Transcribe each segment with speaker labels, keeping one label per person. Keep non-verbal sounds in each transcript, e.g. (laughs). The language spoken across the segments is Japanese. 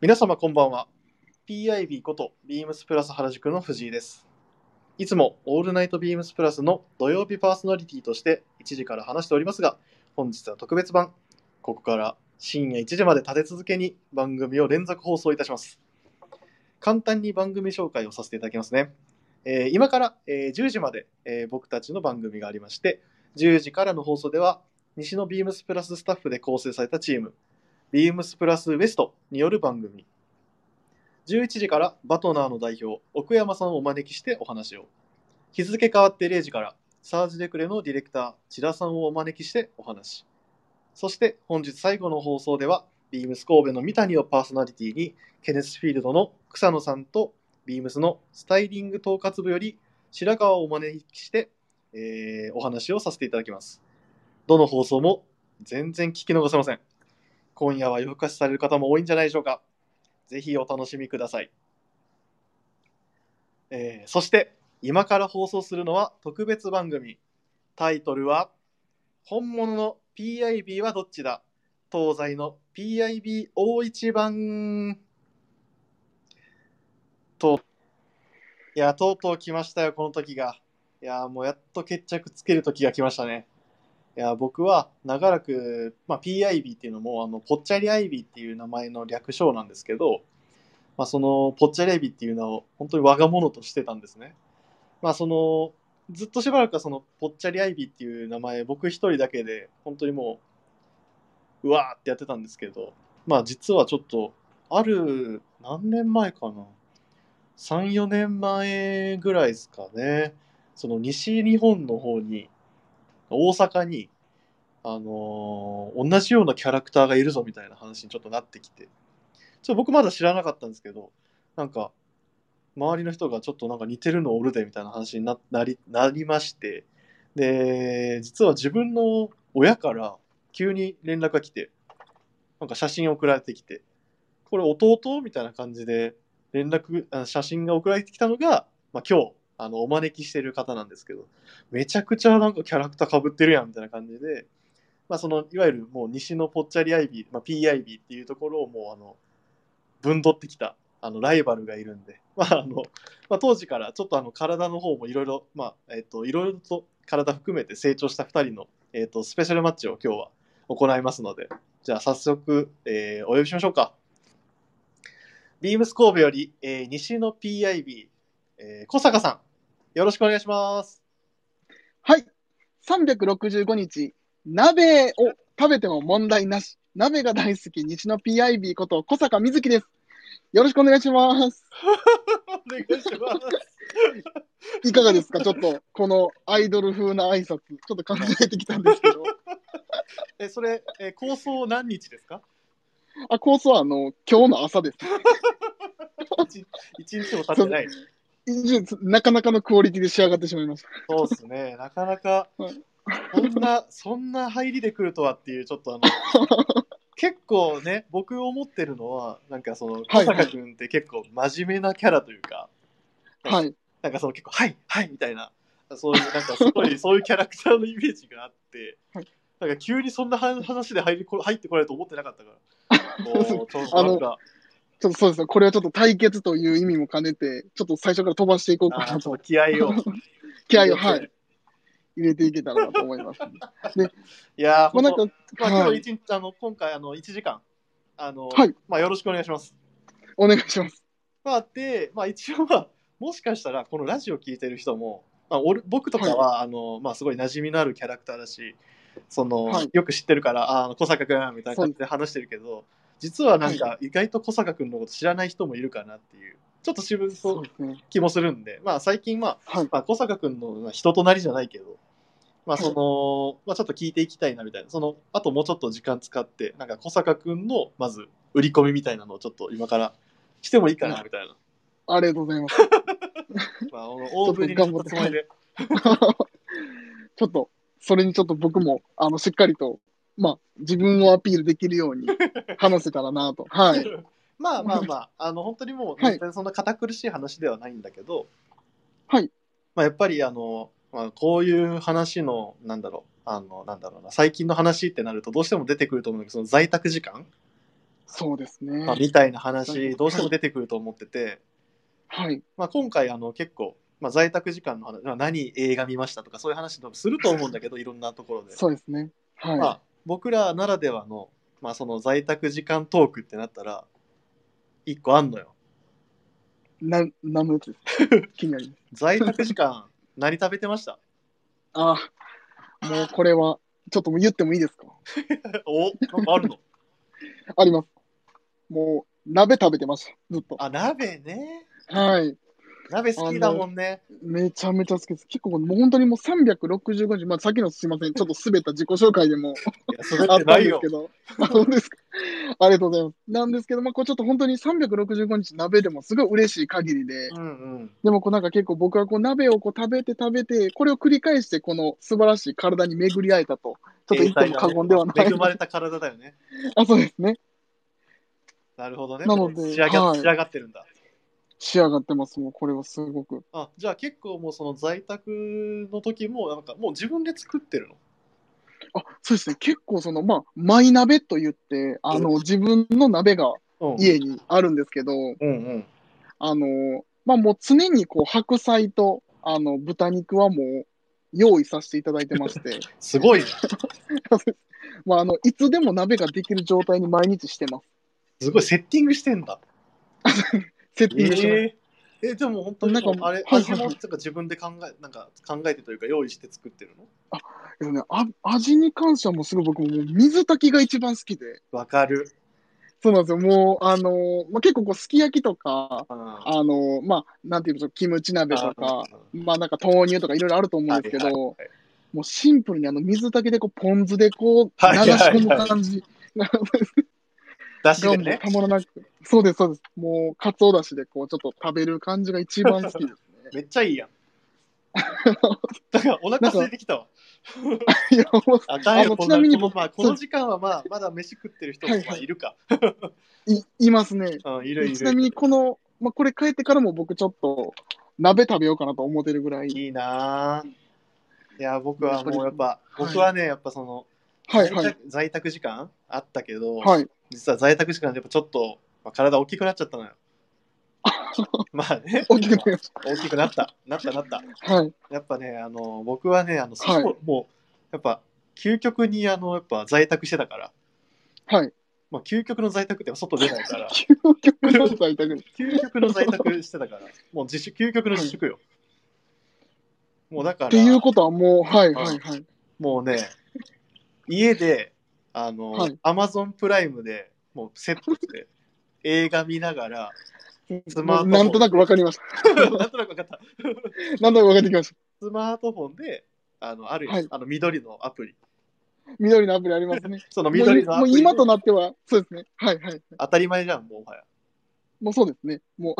Speaker 1: 皆様こんばんは PIB ことビームスプラス原宿の藤井ですいつもオールナイトビームスプラスの土曜日パーソナリティとして1時から話しておりますが本日は特別版ここから深夜1時まで立て続けに番組を連続放送いたします簡単に番組紹介をさせていただきますね、えー今から、えー10時まで、えー僕たちの番組がありまして10時からの放送では西のビームスプラススタッフで構成されたチームビームスプラスウエストによる番組11時からバトナーの代表奥山さんをお招きしてお話を日付変わって0時からサージデクレのディレクター千田さんをお招きしてお話そして本日最後の放送ではビームス神戸の三谷をパーソナリティにケネスフィールドの草野さんとビームスのスタイリング統括部より白川をお招きして、えーお話をさせていただきますどの放送も全然聞き逃せません今夜は夜更かしされる方も多いんじゃないでしょうか。ぜひお楽しみください。えーそして、今から放送するのは特別番組。タイトルは、本物の PIB はどっちだ東西の PIB 大一番と、いや、とうとう来ましたよ、この時が。いや、もうやっと決着つける時が来ましたね。いや僕は長らく、まあ、PIB っていうのもあのポッチャリアイビーっていう名前の略称なんですけど、まあ、そのポッチャリアイビーっていうのを本当に我が物としてたんですね、まあ、そのずっとしばらくはそのポッチャリアイビーっていう名前僕一人だけで本当にもううわーってやってたんですけど、まあ、実はちょっとある何年前かな34年前ぐらいですかねその西日本の方に大阪に、あのー同じようなキャラクターがいるぞみたいな話にちょっとなってきて、ちょっと僕まだ知らなかったんですけど、なんか、周りの人がちょっとなんか似てるのおるでみたいな話にななりなりまして、で、実は自分の親から急に連絡が来て、なんか写真送られてきて、これ弟みたいな感じで連絡、あ写真が送られてきたのが、まあ、今日、あの、お招きしてる方なんですけど、めちゃくちゃなんかキャラクター被ってるやんみたいな感じで、まあ、そのいわゆるもう西のポッチャリアイビー、まあ、PIB っていうところをもうあの分取ってきたあのライバルがいるんで、まああのまあ、当時からちょっとあの体の方もいろいろまあえっといろいろと体含めて成長した2人の、えっとスペシャルマッチを今日は行いますのでじゃあ早速、えーお呼びしましょうか。ビームス神戸より、えー西の PIB、えー小坂さんよろしくお願いします。
Speaker 2: はい。365日、鍋を食べても問題なし。鍋が大好き、西の PIB こと小坂瑞希です。よろしくお願いします。
Speaker 1: お願いします。
Speaker 2: いかがです (laughs) かちょっと、このアイドル風な挨拶、ちょっと考えてきたんですけど。
Speaker 1: (laughs) え、それ、えー、構想何日ですか
Speaker 2: あ、コースは、あの、今日の朝です。
Speaker 1: 一一日も経ってない。
Speaker 2: なかなかのクオリティで仕上がってしまいました。
Speaker 1: そうですね。なかなか
Speaker 2: はい、
Speaker 1: そんな、そんな入りで来るとはっていう、ちょっとあの、 (laughs) 結構ね、僕思ってるのは、なんかその、小
Speaker 2: はい
Speaker 1: 坂君って結構真面目なキャラというか、
Speaker 2: はい。
Speaker 1: なんかその結構、はい、はい、みたいな、そういう、なんかす (laughs) ごい、そういうキャラクターのイメージがあって
Speaker 2: は、
Speaker 1: なんか急にそんな話話で入りこ入ってこられると思ってなかった (laughs) から、もう、ちょっと
Speaker 2: あ
Speaker 1: なん
Speaker 2: の
Speaker 1: か、
Speaker 2: ちょっとそうですね。これはちょっと対決という意味も兼ねて、ちょっと最初から飛ばしていこうか
Speaker 1: あー
Speaker 2: (laughs) な
Speaker 1: ち
Speaker 2: と
Speaker 1: ょっと気合を。
Speaker 2: 気合を、はい、入れていけたらなと思い (laughs) ます。
Speaker 1: いやー、
Speaker 2: まあ、
Speaker 1: 本
Speaker 2: な
Speaker 1: 当
Speaker 2: んか、
Speaker 1: まあ、今
Speaker 2: は
Speaker 1: 日
Speaker 2: い、
Speaker 1: 一日、あの、今回、あの、1時間、あの、
Speaker 2: はい
Speaker 1: まあ、よろしくお願いします。
Speaker 2: お願いします。
Speaker 1: まあ、で、まあ、一応、まあ、もしかしたら、このラジオ聞いてる人も、まあ、俺僕とかは、あの、まあ、すごい馴染みのあるキャラクターだし、その、
Speaker 2: はい
Speaker 1: よく知ってるから、ああの、小坂くん、みたいな感じで話してるけど、実はなんか、意外と小坂くんのこと知らない人もいるかなっていう、ちょっと渋
Speaker 2: そ
Speaker 1: そう
Speaker 2: うですね。
Speaker 1: 気もするんで、まあ、最近、まあ、
Speaker 2: はい。
Speaker 1: まあ、小坂君のまあ人となりじゃないけど、まあそのまあ、ちょっと聞いていきたいなみたいなそのあともうちょっと時間使ってなんか小坂君のまず売り込みみたいなのをちょっと今からしてもいいかなみた
Speaker 2: (laughs)
Speaker 1: いな、
Speaker 2: ありがとうございます。 (laughs)
Speaker 1: まあ、あの大振りにしたつもりで
Speaker 2: ちょっと、それにちょっと僕も、あの、しっかりと、まあ、自分をアピールできるように話せたらなと。はい。
Speaker 1: (laughs) まあまあまああの本当にもう
Speaker 2: はい
Speaker 1: 全然そんな堅苦しい話ではないんだけど、
Speaker 2: はい
Speaker 1: まあ、やっぱりあの、まあ、こういう話のなんだろうあのなんだろうな最近の話ってなるとどうしても出てくると思うんだけどその在宅時間
Speaker 2: そうですね。
Speaker 1: まあ
Speaker 2: は
Speaker 1: みたいな話、どうしても出てくると思ってて、
Speaker 2: い。
Speaker 1: まあ、今回あの結構、まあ、在宅時間の話、まあ、何映画見ましたとかそういう話もすると思うんだけどいろんなところで、
Speaker 2: そうですね。はい。
Speaker 1: まあ、僕らならではの,、まあその在宅時間トークってなったら一個あんのよ
Speaker 2: な、何のやつですか気になります。
Speaker 1: 在宅時間何食べてました (laughs)
Speaker 2: ああ、もうこれは、ちょっともう言ってもいいですか
Speaker 1: おなんかあるの
Speaker 2: あります。もう、鍋食べてました。ずっと。
Speaker 1: あ鍋ね
Speaker 2: はい。
Speaker 1: 鍋好きだもんね
Speaker 2: めちゃめちゃ好きです。結構、もう本当にもう365日、まあ、さっきのすいません。ちょっと滑った自己紹介でも
Speaker 1: いや滑
Speaker 2: あ
Speaker 1: っ
Speaker 2: って
Speaker 1: な
Speaker 2: た
Speaker 1: んい
Speaker 2: です
Speaker 1: よ
Speaker 2: けど。あそうですか。ありがとうございます。なんですけど、まあ、これちょっと本当に365日鍋でもすごい嬉しい限りで、
Speaker 1: うんうん
Speaker 2: でもこうなんか結構僕はこう鍋をこう食べて食べて、これを繰り返してこの素晴らしい体に巡り合えたと、ちょっと言っても過言ではない。
Speaker 1: 恵まれた体だよね
Speaker 2: あ、そうですね。
Speaker 1: なるほどね
Speaker 2: なので
Speaker 1: 仕上が,、
Speaker 2: はい
Speaker 1: 仕上がってるんだ
Speaker 2: 仕上がってます、もうこれはすごく。
Speaker 1: あじゃあ結構もうその在宅の時もなんかもう自分で作ってるの
Speaker 2: あ、そうですね。結構その、まあ、マイ鍋と言って、あの、自分の鍋が
Speaker 1: うん
Speaker 2: 家にあるんですけど、
Speaker 1: うんうん。
Speaker 2: あの、まあもう常にこう白菜と、あの、豚肉はもう用意させていただいてまして、
Speaker 1: すごいね。
Speaker 2: (laughs) まああの、いつでも鍋ができる状態に毎日してます。
Speaker 1: すごいセッティングしてんだ。
Speaker 2: セッティングしてます。
Speaker 1: えーえ、でも本当に
Speaker 2: なんか
Speaker 1: あれ、
Speaker 2: はいはいはい
Speaker 1: 味もなんか自分で考え、なんか考えてというか用意して作ってるの
Speaker 2: けどね、あ味に関してはもうすごい僕ももう水炊きが一番好きで、
Speaker 1: わかる。
Speaker 2: そうなんですよ。もう、あの、まあ結構こう、すき焼きとか、
Speaker 1: あ
Speaker 2: あの、まあ、なんていうんでしょう、キムチ鍋とか、まあなんか豆乳とかいろいろあると思うんですけど、
Speaker 1: はいはいはい
Speaker 2: もうシンプルにあの水だけでこうポン酢でこう流
Speaker 1: はいはい
Speaker 2: し
Speaker 1: はい
Speaker 2: 込む感じが
Speaker 1: だしで
Speaker 2: もう
Speaker 1: ね。
Speaker 2: たまらなく、そうです、そうです。もう、かつおだしでこうちょっと食べる感じが一番好きです
Speaker 1: めっちゃいい
Speaker 2: (laughs)
Speaker 1: やん。だからお腹空いてきたわ。 (laughs)
Speaker 2: ね。いや、もう
Speaker 1: あかん
Speaker 2: あも
Speaker 1: よ、
Speaker 2: う
Speaker 1: こん
Speaker 2: ちなみに
Speaker 1: このまあ、この時間はまあ、まだ飯食ってる人もまあいるか。
Speaker 2: いいますね。
Speaker 1: うん、いるいる。
Speaker 2: ちなみにこの、まあ、これ帰ってからも僕ちょっと鍋食べようかなと思ってるぐらい。
Speaker 1: いいなぁ。いや、僕はもうやっぱ、
Speaker 2: はい
Speaker 1: 僕はね、やっぱその、
Speaker 2: はいは
Speaker 1: 在。
Speaker 2: い
Speaker 1: 宅在宅時間あったけど、
Speaker 2: はい。
Speaker 1: 実は在宅時間でやっぱちょっと、まあ、体大きくなっちゃった
Speaker 2: (laughs)
Speaker 1: のよ。まあね、
Speaker 2: 大きくなりまし
Speaker 1: (laughs) 大きくなった、なった、なった。
Speaker 2: た。はい。
Speaker 1: やっぱね、あの僕はね、あの、
Speaker 2: はい
Speaker 1: そうもう、やっぱ、究極にあのやっぱ在宅してたから、
Speaker 2: はい。
Speaker 1: まあ、究極の在宅って外出ない
Speaker 2: (laughs)
Speaker 1: から、
Speaker 2: 究極の在宅です。
Speaker 1: 究極の在宅してたから、もう自主究極の自粛よ。もうだか
Speaker 2: っていう
Speaker 1: ら、
Speaker 2: ことはもう、はいはいはい。
Speaker 1: もうね、家で、あの、
Speaker 2: はい
Speaker 1: Amazon プライムでもうセット
Speaker 2: (laughs)
Speaker 1: して、映画見ながら、スマートフォン
Speaker 2: なんとなくわかりました。
Speaker 1: なんとなく分かった。
Speaker 2: なんとなくわかってきまし
Speaker 1: スマートフォンで、あの、あるよ、
Speaker 2: はい
Speaker 1: あの緑のアプリ。
Speaker 2: た。緑のアプリありますね。
Speaker 1: その緑のア
Speaker 2: も
Speaker 1: プ
Speaker 2: う
Speaker 1: リ
Speaker 2: も
Speaker 1: で
Speaker 2: う今となっては、そうですね。はいはい。
Speaker 1: 当たり前じゃん、もうもはや。
Speaker 2: もうそうですね。もう、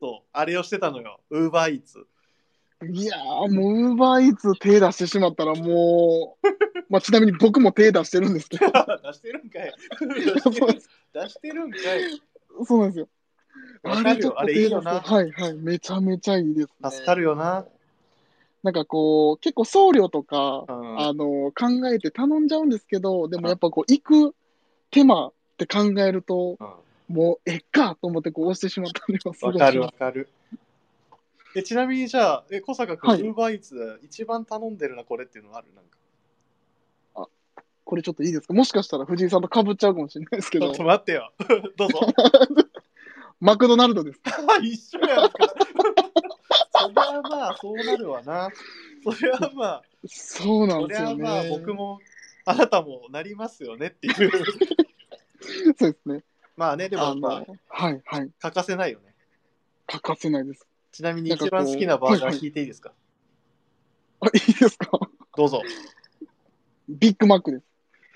Speaker 1: そう、あれをしてたのよ、ウーバーイーツ。
Speaker 2: (laughs) いやー、もう、ウーバーイーツ手出してしまったら、もう、 (laughs) まあ、ちなみに僕も手出してるんですけど、
Speaker 1: (laughs) 出してるん
Speaker 2: (laughs)
Speaker 1: かい。出
Speaker 2: そ
Speaker 1: し
Speaker 2: う
Speaker 1: てる
Speaker 2: なんです
Speaker 1: 出してるんかい。
Speaker 2: そうなんですよ。
Speaker 1: わかるよ、あれいいよな。
Speaker 2: はいはい、めちゃめちゃいいです、ね。
Speaker 1: 助かるよな。
Speaker 2: なんかこう、結構送料とか、
Speaker 1: うん
Speaker 2: あの、考えて頼んじゃうんですけど、でもやっぱこう、行く手間って考えると、
Speaker 1: うん
Speaker 2: もう、えっかと思ってこう押してしまったりはす
Speaker 1: わ
Speaker 2: る
Speaker 1: かるわかる。えちなみにじゃあ、え小坂君、
Speaker 2: はい
Speaker 1: ウーバーイーツ一番頼んでるな、これっていうのあるなんか。
Speaker 2: これちょっといいですかもしかしたら藤井さんと被っちゃうかもしれないですけ
Speaker 1: ちょ
Speaker 2: ど
Speaker 1: (laughs) っ、と待ってよ。どうぞ。 (laughs)
Speaker 2: マクドナルドです。
Speaker 1: 一緒やんか。 (laughs) そりゃまあ、そうなるわな。そりゃまあ、
Speaker 2: そうな
Speaker 1: そ
Speaker 2: んで
Speaker 1: り
Speaker 2: す
Speaker 1: ゃ
Speaker 2: よね。
Speaker 1: まあ、僕も、あなたもなりますよねっていう。 (laughs)
Speaker 2: そうですね。
Speaker 1: まあね、でもや
Speaker 2: あ
Speaker 1: っぱ
Speaker 2: の、はいはい。
Speaker 1: 欠かせないよね。
Speaker 2: 欠かせないです。
Speaker 1: ちなみに一番好きなバーガー聞いていいですか
Speaker 2: あ、いいですか (laughs)
Speaker 1: どうぞ。
Speaker 2: ビッグマックです。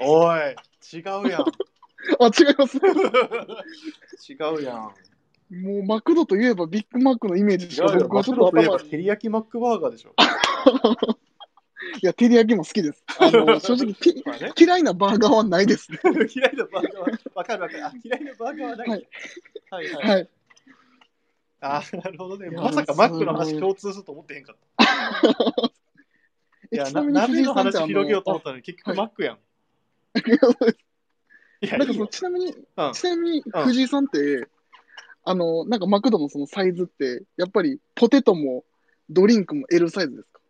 Speaker 1: おい、違うやん。 (laughs)
Speaker 2: あ、違います。
Speaker 1: 違うやん。
Speaker 2: もうマクドといえばビッグマックのイメージしか僕は
Speaker 1: マ
Speaker 2: ち
Speaker 1: ク
Speaker 2: ょっ
Speaker 1: ドと
Speaker 2: と
Speaker 1: いえ
Speaker 2: 頭
Speaker 1: ば
Speaker 2: に。
Speaker 1: 照り焼きマックバーガーでしょ。
Speaker 2: いや、照り焼きも好きです。あの、正直き、
Speaker 1: (laughs) まあね、
Speaker 2: 嫌いなバーガーはないですね。
Speaker 1: (laughs) 嫌いなバーガーは、わかるわかる。あ、嫌いなバーガーはない。
Speaker 2: は
Speaker 1: はいい、はい、
Speaker 2: はい。
Speaker 1: あ、なるほどね。
Speaker 2: いや
Speaker 1: まさかマックの話共通すると思ってへんかった。
Speaker 2: え
Speaker 1: いや、
Speaker 2: ちな
Speaker 1: な
Speaker 2: み
Speaker 1: 鍋
Speaker 2: に藤井
Speaker 1: の
Speaker 2: さんって
Speaker 1: 話
Speaker 2: あ
Speaker 1: 広げようと思
Speaker 2: の
Speaker 1: っ、たのに、結局
Speaker 2: は (laughs) い
Speaker 1: マックやん。いや、
Speaker 2: なんか
Speaker 1: い
Speaker 2: そ
Speaker 1: い
Speaker 2: の
Speaker 1: よ
Speaker 2: ちなみに、
Speaker 1: うん
Speaker 2: ちなみに藤井さんって、あの、なんかマクドのそのサイズって、やっぱりポテトもドリンクも L サイズですか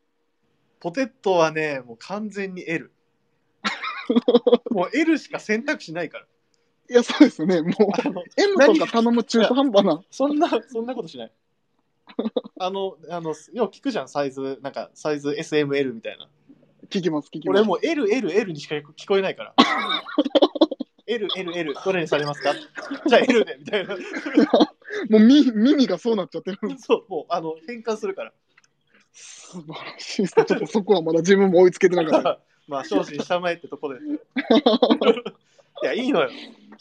Speaker 1: ポテトはね、もう完全に
Speaker 2: (laughs)
Speaker 1: L。もう L しか選択肢ないから。
Speaker 2: いや、そうですよね。もう、
Speaker 1: あの
Speaker 2: M
Speaker 1: 何
Speaker 2: とか頼む中途半端な。
Speaker 1: そんな、そんなことしない。あの、あの、よう聞くじゃん、サイズ、なんか、サイズ SML みたいな。
Speaker 2: 聞きます、聞きます。
Speaker 1: 俺もう LLL にしか聞こえない
Speaker 2: (laughs)
Speaker 1: から。LLL、どれにされますかじゃあ L で、みたい
Speaker 2: (laughs)
Speaker 1: な。
Speaker 2: もうみ耳がそうなっちゃってる。
Speaker 1: そう、もう、あの、変換するから。
Speaker 2: 素晴らしいで
Speaker 1: (laughs)
Speaker 2: すね。ちょっとそこはまだ自分も追いつけてなかった。
Speaker 1: まあ、精進したまえってと
Speaker 2: (laughs)
Speaker 1: こで。いや、いいのよ。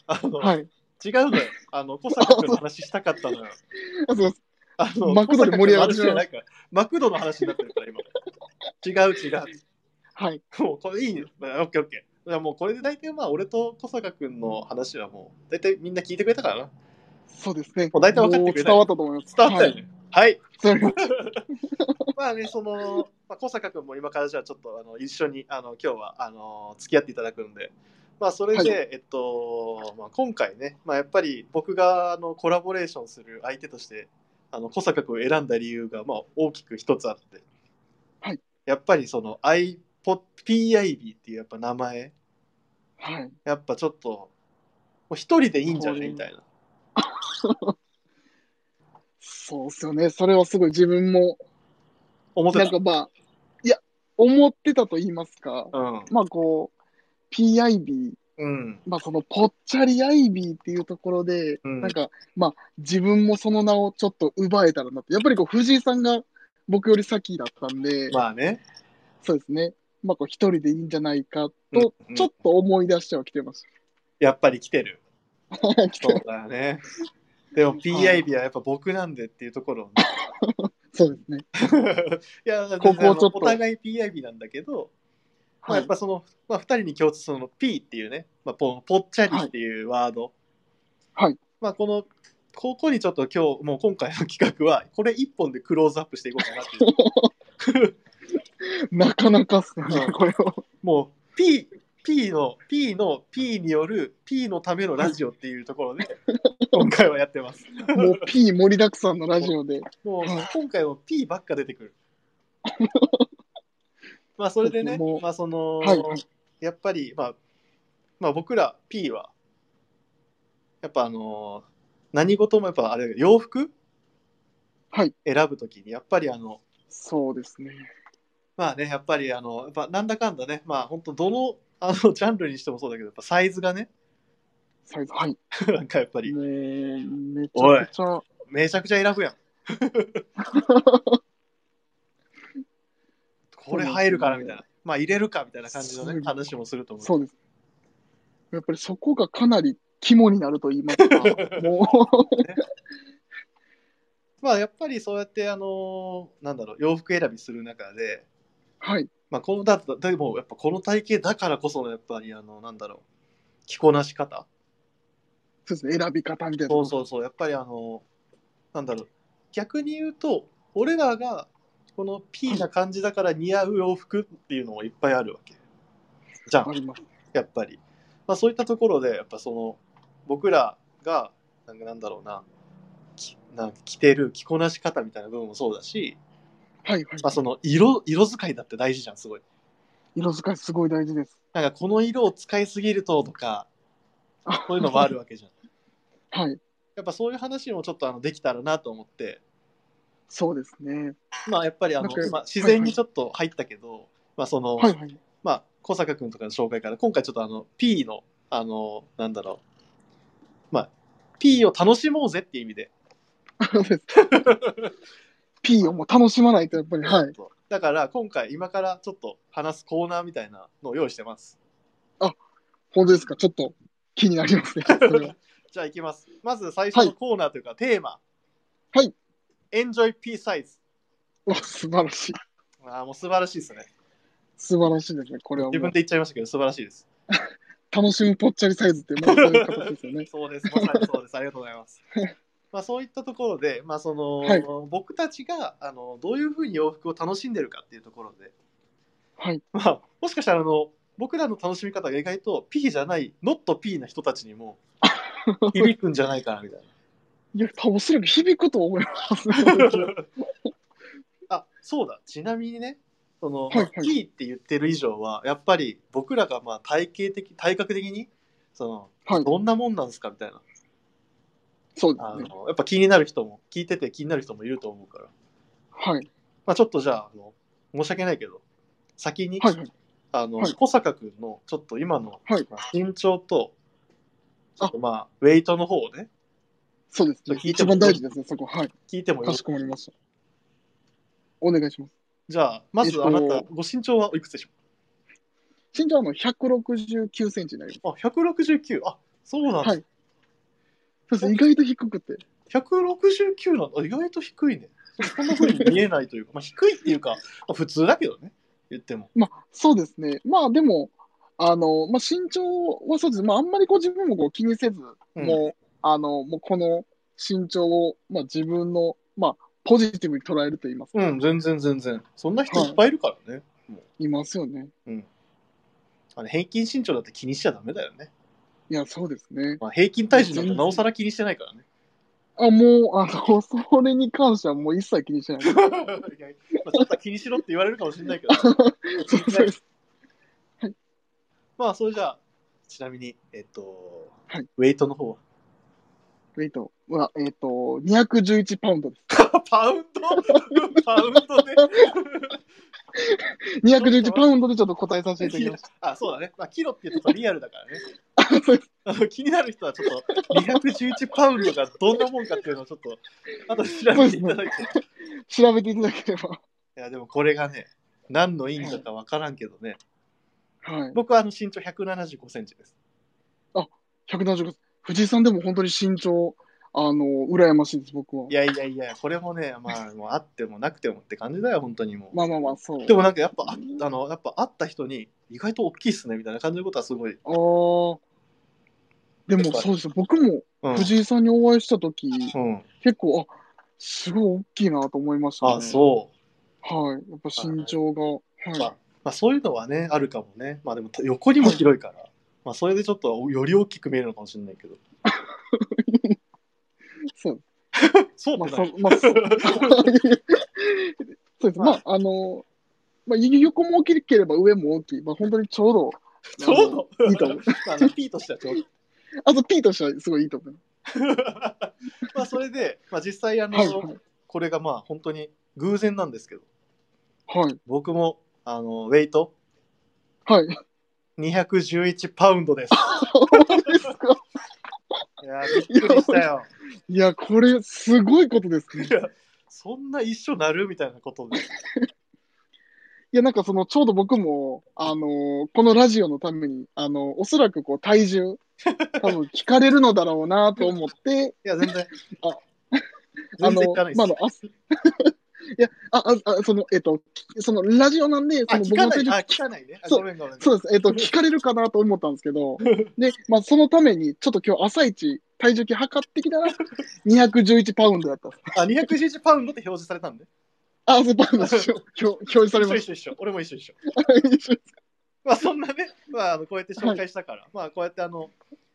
Speaker 1: あの、
Speaker 2: はい。
Speaker 1: 違うのよ。あの、小坂君の話したかったのよ。
Speaker 2: あそう
Speaker 1: あの
Speaker 2: (laughs) マクドで盛り上がってる
Speaker 1: 小坂君の話じゃないからマクドの話になってるから、今。違う違う。
Speaker 2: はい。
Speaker 1: もう、これいいよ。まあオッケーオッケー。いやもうこれで大体まあ俺と小坂君の話はもう大体みんな聞いてくれたからな。
Speaker 2: そうですね。
Speaker 1: もう大体分かってくれた
Speaker 2: もう伝わったと思います。
Speaker 1: 伝わったよね。はい。
Speaker 2: はい。伝わりまし
Speaker 1: まあね、その、 (laughs) まあ、小坂君も今からじゃあちょっとあの一緒にあの今日はあの付き合っていただくんで、まあそれで、
Speaker 2: は
Speaker 1: えっと、まあ、今回ね、まあ、やっぱり僕があのコラボレーションする相手として、あの小坂君を選んだ理由が、まあ、大きく一つあって、
Speaker 2: はい、
Speaker 1: やっぱりその iPod PIB っていうやっぱ名前、
Speaker 2: たはい。
Speaker 1: やっぱちょっと、もう一人でいいんじゃないみたいな。
Speaker 2: そうですよね。それはすごい自分も、
Speaker 1: 思って
Speaker 2: なん
Speaker 1: た。
Speaker 2: かまあ、いや、思ってたと言いますか、
Speaker 1: うん。
Speaker 2: まあこう、PIB、
Speaker 1: うん。
Speaker 2: まあそのぽっちゃりアイビーっていうところで、
Speaker 1: うん
Speaker 2: なんか、まあ自分もその名をちょっと奪えたらなって、やっぱりこう藤井さんが僕より先だったんで、
Speaker 1: まあね。
Speaker 2: そうですね。まあこう一人でいいんじゃないかと、
Speaker 1: うん
Speaker 2: ちょっと思い出してはきてまし
Speaker 1: やっぱり来てる。
Speaker 2: た。 (laughs) 来て
Speaker 1: そうだよね。でも PIB はやっぱ僕なんでっていうとこ
Speaker 2: (laughs)
Speaker 1: ろをね、
Speaker 2: そうですね。
Speaker 1: いや、全然
Speaker 2: ここをちょっと
Speaker 1: お互い PIB なんだけど、まあ、
Speaker 2: は
Speaker 1: やっ
Speaker 2: い。
Speaker 1: ぱその、まあ、2人に共通その P っていうね、まあ、ぽぽっちゃりっていうワード。
Speaker 2: はい。
Speaker 1: まあ、この、ここにちょっと今日、もう今回の企画は、これ一本でクローズアップしていこうかな
Speaker 2: (laughs)
Speaker 1: っていう。
Speaker 2: なかなかっすね
Speaker 1: う、ん
Speaker 2: これを。
Speaker 1: もう P、P の、P の P による P のためのラジオっていうとこ
Speaker 2: (laughs)
Speaker 1: ろで、今回はやってます。
Speaker 2: もう P 盛りだくさんのラジオで。
Speaker 1: もう
Speaker 2: はい
Speaker 1: 今回も P ばっか出てく
Speaker 2: (laughs)
Speaker 1: る。まあそれでね
Speaker 2: そうですねもう、
Speaker 1: まあその、
Speaker 2: はいはい
Speaker 1: やっぱり、まあ、まあ僕ら P は、やっぱあの、何事もやっぱあれだけど、洋服
Speaker 2: はい。
Speaker 1: 選ぶときに、やっぱりあの、
Speaker 2: そうですね。
Speaker 1: まあね、やっぱりあの、やっぱなんだかんだね、まあ本当どの、あの、ジャンルにしてもそうだけど、やっぱサイズがね、 (laughs)
Speaker 2: サイズ。はい。
Speaker 1: なんかやっぱり、
Speaker 2: もう、めちゃくちゃ。
Speaker 1: めちゃくちゃ選ぶや (laughs) ん。これ入るからみたいな。まあ入れるかみたいな感じの
Speaker 2: すご
Speaker 1: ね
Speaker 2: い、
Speaker 1: 話もすると思う。
Speaker 2: そうです。やっぱりそこがかなり肝になると言い
Speaker 1: (laughs)
Speaker 2: ますか、もう、
Speaker 1: まあやっぱりそうやってあのーなんだろう洋服選びする中で、
Speaker 2: はい、
Speaker 1: まあこのだでもやっぱこの体型だからこそのやっぱりあのなんだろう着こなし方。
Speaker 2: そうですね、選び方みたいな。
Speaker 1: そうそうそうやっぱりあのーなんだろう逆に言うと俺らがこの P な感じだから似合う洋服っていうのもいっぱいあるわけ。じゃん
Speaker 2: あ。ります。
Speaker 1: (laughs) やっぱり。まあそういったところで、やっぱその、僕らが、なんかなんだろうな、きなんか着てる着こなし方みたいな部分もそうだし、
Speaker 2: はい、はい。
Speaker 1: まあその色、色使いだって大事じゃん、すごい。
Speaker 2: 色使いすごい大事です。
Speaker 1: なんかこの色を使いすぎるととか、
Speaker 2: あ
Speaker 1: そういうのもあるわ
Speaker 2: (laughs)
Speaker 1: けじゃん。
Speaker 2: はい、
Speaker 1: やっぱそういう話もちょっとあのできたらなと思って、
Speaker 2: そうですね。
Speaker 1: まあやっぱりあの
Speaker 2: なんか、
Speaker 1: まあ自然にちょっと入ったけど、まあその、
Speaker 2: はい、 (laughs) はい。
Speaker 1: まあ、小坂君とかの紹介から、今回ちょっとあの、P の、あの、なんだろう。まあ、P を楽しもうぜっていう意味で。
Speaker 2: そうです P をもう楽しまないと、やっぱり、はい。
Speaker 1: だから、今回、今からちょっと話すコーナーみたいなのを用意してます。
Speaker 2: 本当ですか、ちょっと気にな
Speaker 1: (laughs)
Speaker 2: りますね。それは
Speaker 1: じゃあ、いきます。まず最初のコーナーというか、テーマ。
Speaker 2: はい。
Speaker 1: Enjoy P サイズ。
Speaker 2: うわ、素晴らしい。
Speaker 1: ああ、もう素晴らしいですね。
Speaker 2: 素晴らしいですね。これはも
Speaker 1: 自分
Speaker 2: う
Speaker 1: で、言っちゃいましたけど、素晴らしいです。。
Speaker 2: 楽しむぽっちゃりサイズって、まあ、そういう形ですよね
Speaker 1: そうです。まさにそうです。ありがとうござい
Speaker 2: (laughs)
Speaker 1: ます。まあ、そういったところで、まあ、その、
Speaker 2: はい
Speaker 1: 僕たちが、あの、どういうふうに洋服を楽しんでるかっていうところで、
Speaker 2: はい、
Speaker 1: まあ、もしかしたらあの僕らの楽しみ方が意外と P じゃない、ノット P な人たちに
Speaker 2: (laughs)
Speaker 1: も響くんじゃないかなみたい
Speaker 2: いや、多分おそらく響くと思
Speaker 1: (laughs)
Speaker 2: います。
Speaker 1: な。あそうだ、ちなみにね、その、
Speaker 2: はいはい
Speaker 1: P って言ってる以上は、やっぱり僕らがまあ体系的、体格的に、その、
Speaker 2: はい、
Speaker 1: どんなもんなんですかみたいな。
Speaker 2: そうで
Speaker 1: あ
Speaker 2: すね。
Speaker 1: のやっぱ気になる人も、聞いてて気になる人もいると思うから。
Speaker 2: はい、
Speaker 1: まあ、ちょっとじゃああの、申し訳ないけど、先に、
Speaker 2: はい、はい。
Speaker 1: あの、
Speaker 2: はい
Speaker 1: 小坂君のちょっと今の
Speaker 2: はい
Speaker 1: まあ身長と、ちょ
Speaker 2: あ
Speaker 1: っとまあ、ウェイトの方をね、
Speaker 2: そうです
Speaker 1: ちょっ
Speaker 2: ね。
Speaker 1: と聞いて
Speaker 2: 一
Speaker 1: も
Speaker 2: 番大事ですね、そこ。はい。
Speaker 1: 聞いてもよ
Speaker 2: か
Speaker 1: ろ
Speaker 2: しこまりました。お願いします。
Speaker 1: じゃあ、ま
Speaker 2: えっ
Speaker 1: ず
Speaker 2: と
Speaker 1: あなた、ご身長はいくつでしょ
Speaker 2: 身長はあの169センチになり
Speaker 1: うあ、169。あ、そうなんだ。
Speaker 2: ます。はい。そうですね、意外と低くて。
Speaker 1: 169なんだ。あ意外と低いね。そんな風に見えないというか、まあ、低いっていうか、まあ、普通だけどね、言っても。
Speaker 2: まあ、 (laughs) そうですね。まあ、でも、あの、まあ、身長はそうですね。まあ、あんまりこう自分もこう気にせず、
Speaker 1: うん
Speaker 2: もう、あの、もうこの身長を、まあ、自分の、まあ、ポジティブに捉えると言いますか、
Speaker 1: うん、全然全然。そんな人いっぱいいるからね。
Speaker 2: いますよね。
Speaker 1: あの平均身長だって気にしちゃダメだよね。
Speaker 2: いや、そうですね。
Speaker 1: まあ、平均体重なんてなおさら気にしてないからね。
Speaker 2: (laughs) あ、もう、あの、それに関してはもう一切気にしない。
Speaker 1: いやまあちょっと気にしろって言われるかもしれないけど、
Speaker 2: (laughs) そうそうです。
Speaker 1: まあそれじゃあ、ちなみに、えっと、
Speaker 2: はい
Speaker 1: ウェイトの方は。 (laughs)
Speaker 2: ウェイトは、えっ、と、211パウンドです。
Speaker 1: パウン
Speaker 2: (laughs)
Speaker 1: ドパウンドで
Speaker 2: 211パウンドでちょっと答えさせていただきまし
Speaker 1: (laughs) あ、そうだね。まあ、キロっていうとリアルだからね。
Speaker 2: た。そうです
Speaker 1: あの (laughs) 気になる人はちょっと211パウンドがどんなもんかっていうのをちょっと、あと調べていただいて。い
Speaker 2: (laughs) 調べていただければ。
Speaker 1: や、でもこれがね、何の意味だかわからんけどね。
Speaker 2: はい。
Speaker 1: 僕はあの身長175センチです。
Speaker 2: 175。藤井さんでも本当に身長、あの、羨ましいです、僕は。
Speaker 1: いやいやいや、これもね、まあ、もうあってもなくてもって感じだよ、本当にもう。
Speaker 2: まあまあまあ、そう。
Speaker 1: でもなんかやっぱああのやっぱ会った人に意外と大きいっすねみたいな感じのことはすごい、
Speaker 2: あーで
Speaker 1: やっ
Speaker 2: も
Speaker 1: ぱ
Speaker 2: そうです。僕も
Speaker 1: うん
Speaker 2: 藤井さんにお会いしたとき、
Speaker 1: うん、
Speaker 2: 結構、あ、すごい大きいなと思いました、ね。
Speaker 1: あそう、
Speaker 2: はい。やっぱ身長が。
Speaker 1: ま
Speaker 2: は
Speaker 1: あまあ、そういうのはねあるかもねまあでも横にも広いから、まあ、それでちょっとより大きく見えるのかもしれないけど
Speaker 2: い。そう。 (laughs)
Speaker 1: そう
Speaker 2: ま
Speaker 1: っ
Speaker 2: あ、
Speaker 1: てな
Speaker 2: そ、
Speaker 1: いう
Speaker 2: まあ、そうそうです。まあ、あの、まあ、横も大きければ上も大きい。まあ、本当にちょうど。
Speaker 1: (laughs) ちょうど
Speaker 2: あのいいと思う。
Speaker 1: あの P としてはちょうど
Speaker 2: あと、P としてはすごいいいと思う。
Speaker 1: (laughs) まあそれで、まあ、実際あの、
Speaker 2: はい、はい。
Speaker 1: これがまあ本当に偶然なんですけど
Speaker 2: はい。
Speaker 1: 僕もあのウェイト
Speaker 2: はい。
Speaker 1: 211パウンド (laughs) です
Speaker 2: そうです
Speaker 1: (laughs)
Speaker 2: か。
Speaker 1: いやーびっくりしたよ
Speaker 2: いや、これ、すごいことですね。
Speaker 1: いやそんな一緒なるみたいなことで
Speaker 2: いや、なんかその、ちょうど僕も、あのーこのラジオのために、あのーおそらくこう、体
Speaker 1: (laughs)
Speaker 2: 重、多分聞かれるのだろうなと思って、
Speaker 1: いや、全然。
Speaker 2: ああ
Speaker 1: 全
Speaker 2: の
Speaker 1: 然行か
Speaker 2: ー
Speaker 1: ないです。
Speaker 2: まああの、あ (laughs) すいや、あ、あ、あその、えっ、と、きその、ラジオなんで、
Speaker 1: あ
Speaker 2: その、
Speaker 1: 聞かない。
Speaker 2: 体重
Speaker 1: あ、聞かないね。あ
Speaker 2: そう
Speaker 1: ごめんごめん。
Speaker 2: そうです。えっ、と、聞かれるかなと思ったんです
Speaker 1: (laughs)
Speaker 2: けど、で、まあ、そのために、ちょっと今日朝一、体重計測って
Speaker 1: (laughs)
Speaker 2: きたら、211パウンドだった。
Speaker 1: あ、211パウンドって表示されたんで。
Speaker 2: あ、そう、パウンド表表示されまし
Speaker 1: 一緒一緒一緒。俺も一緒一緒。
Speaker 2: た。
Speaker 1: (laughs) まあ、そんなね、まあ、あのこうやって紹介したから、まあ、こうやってあの、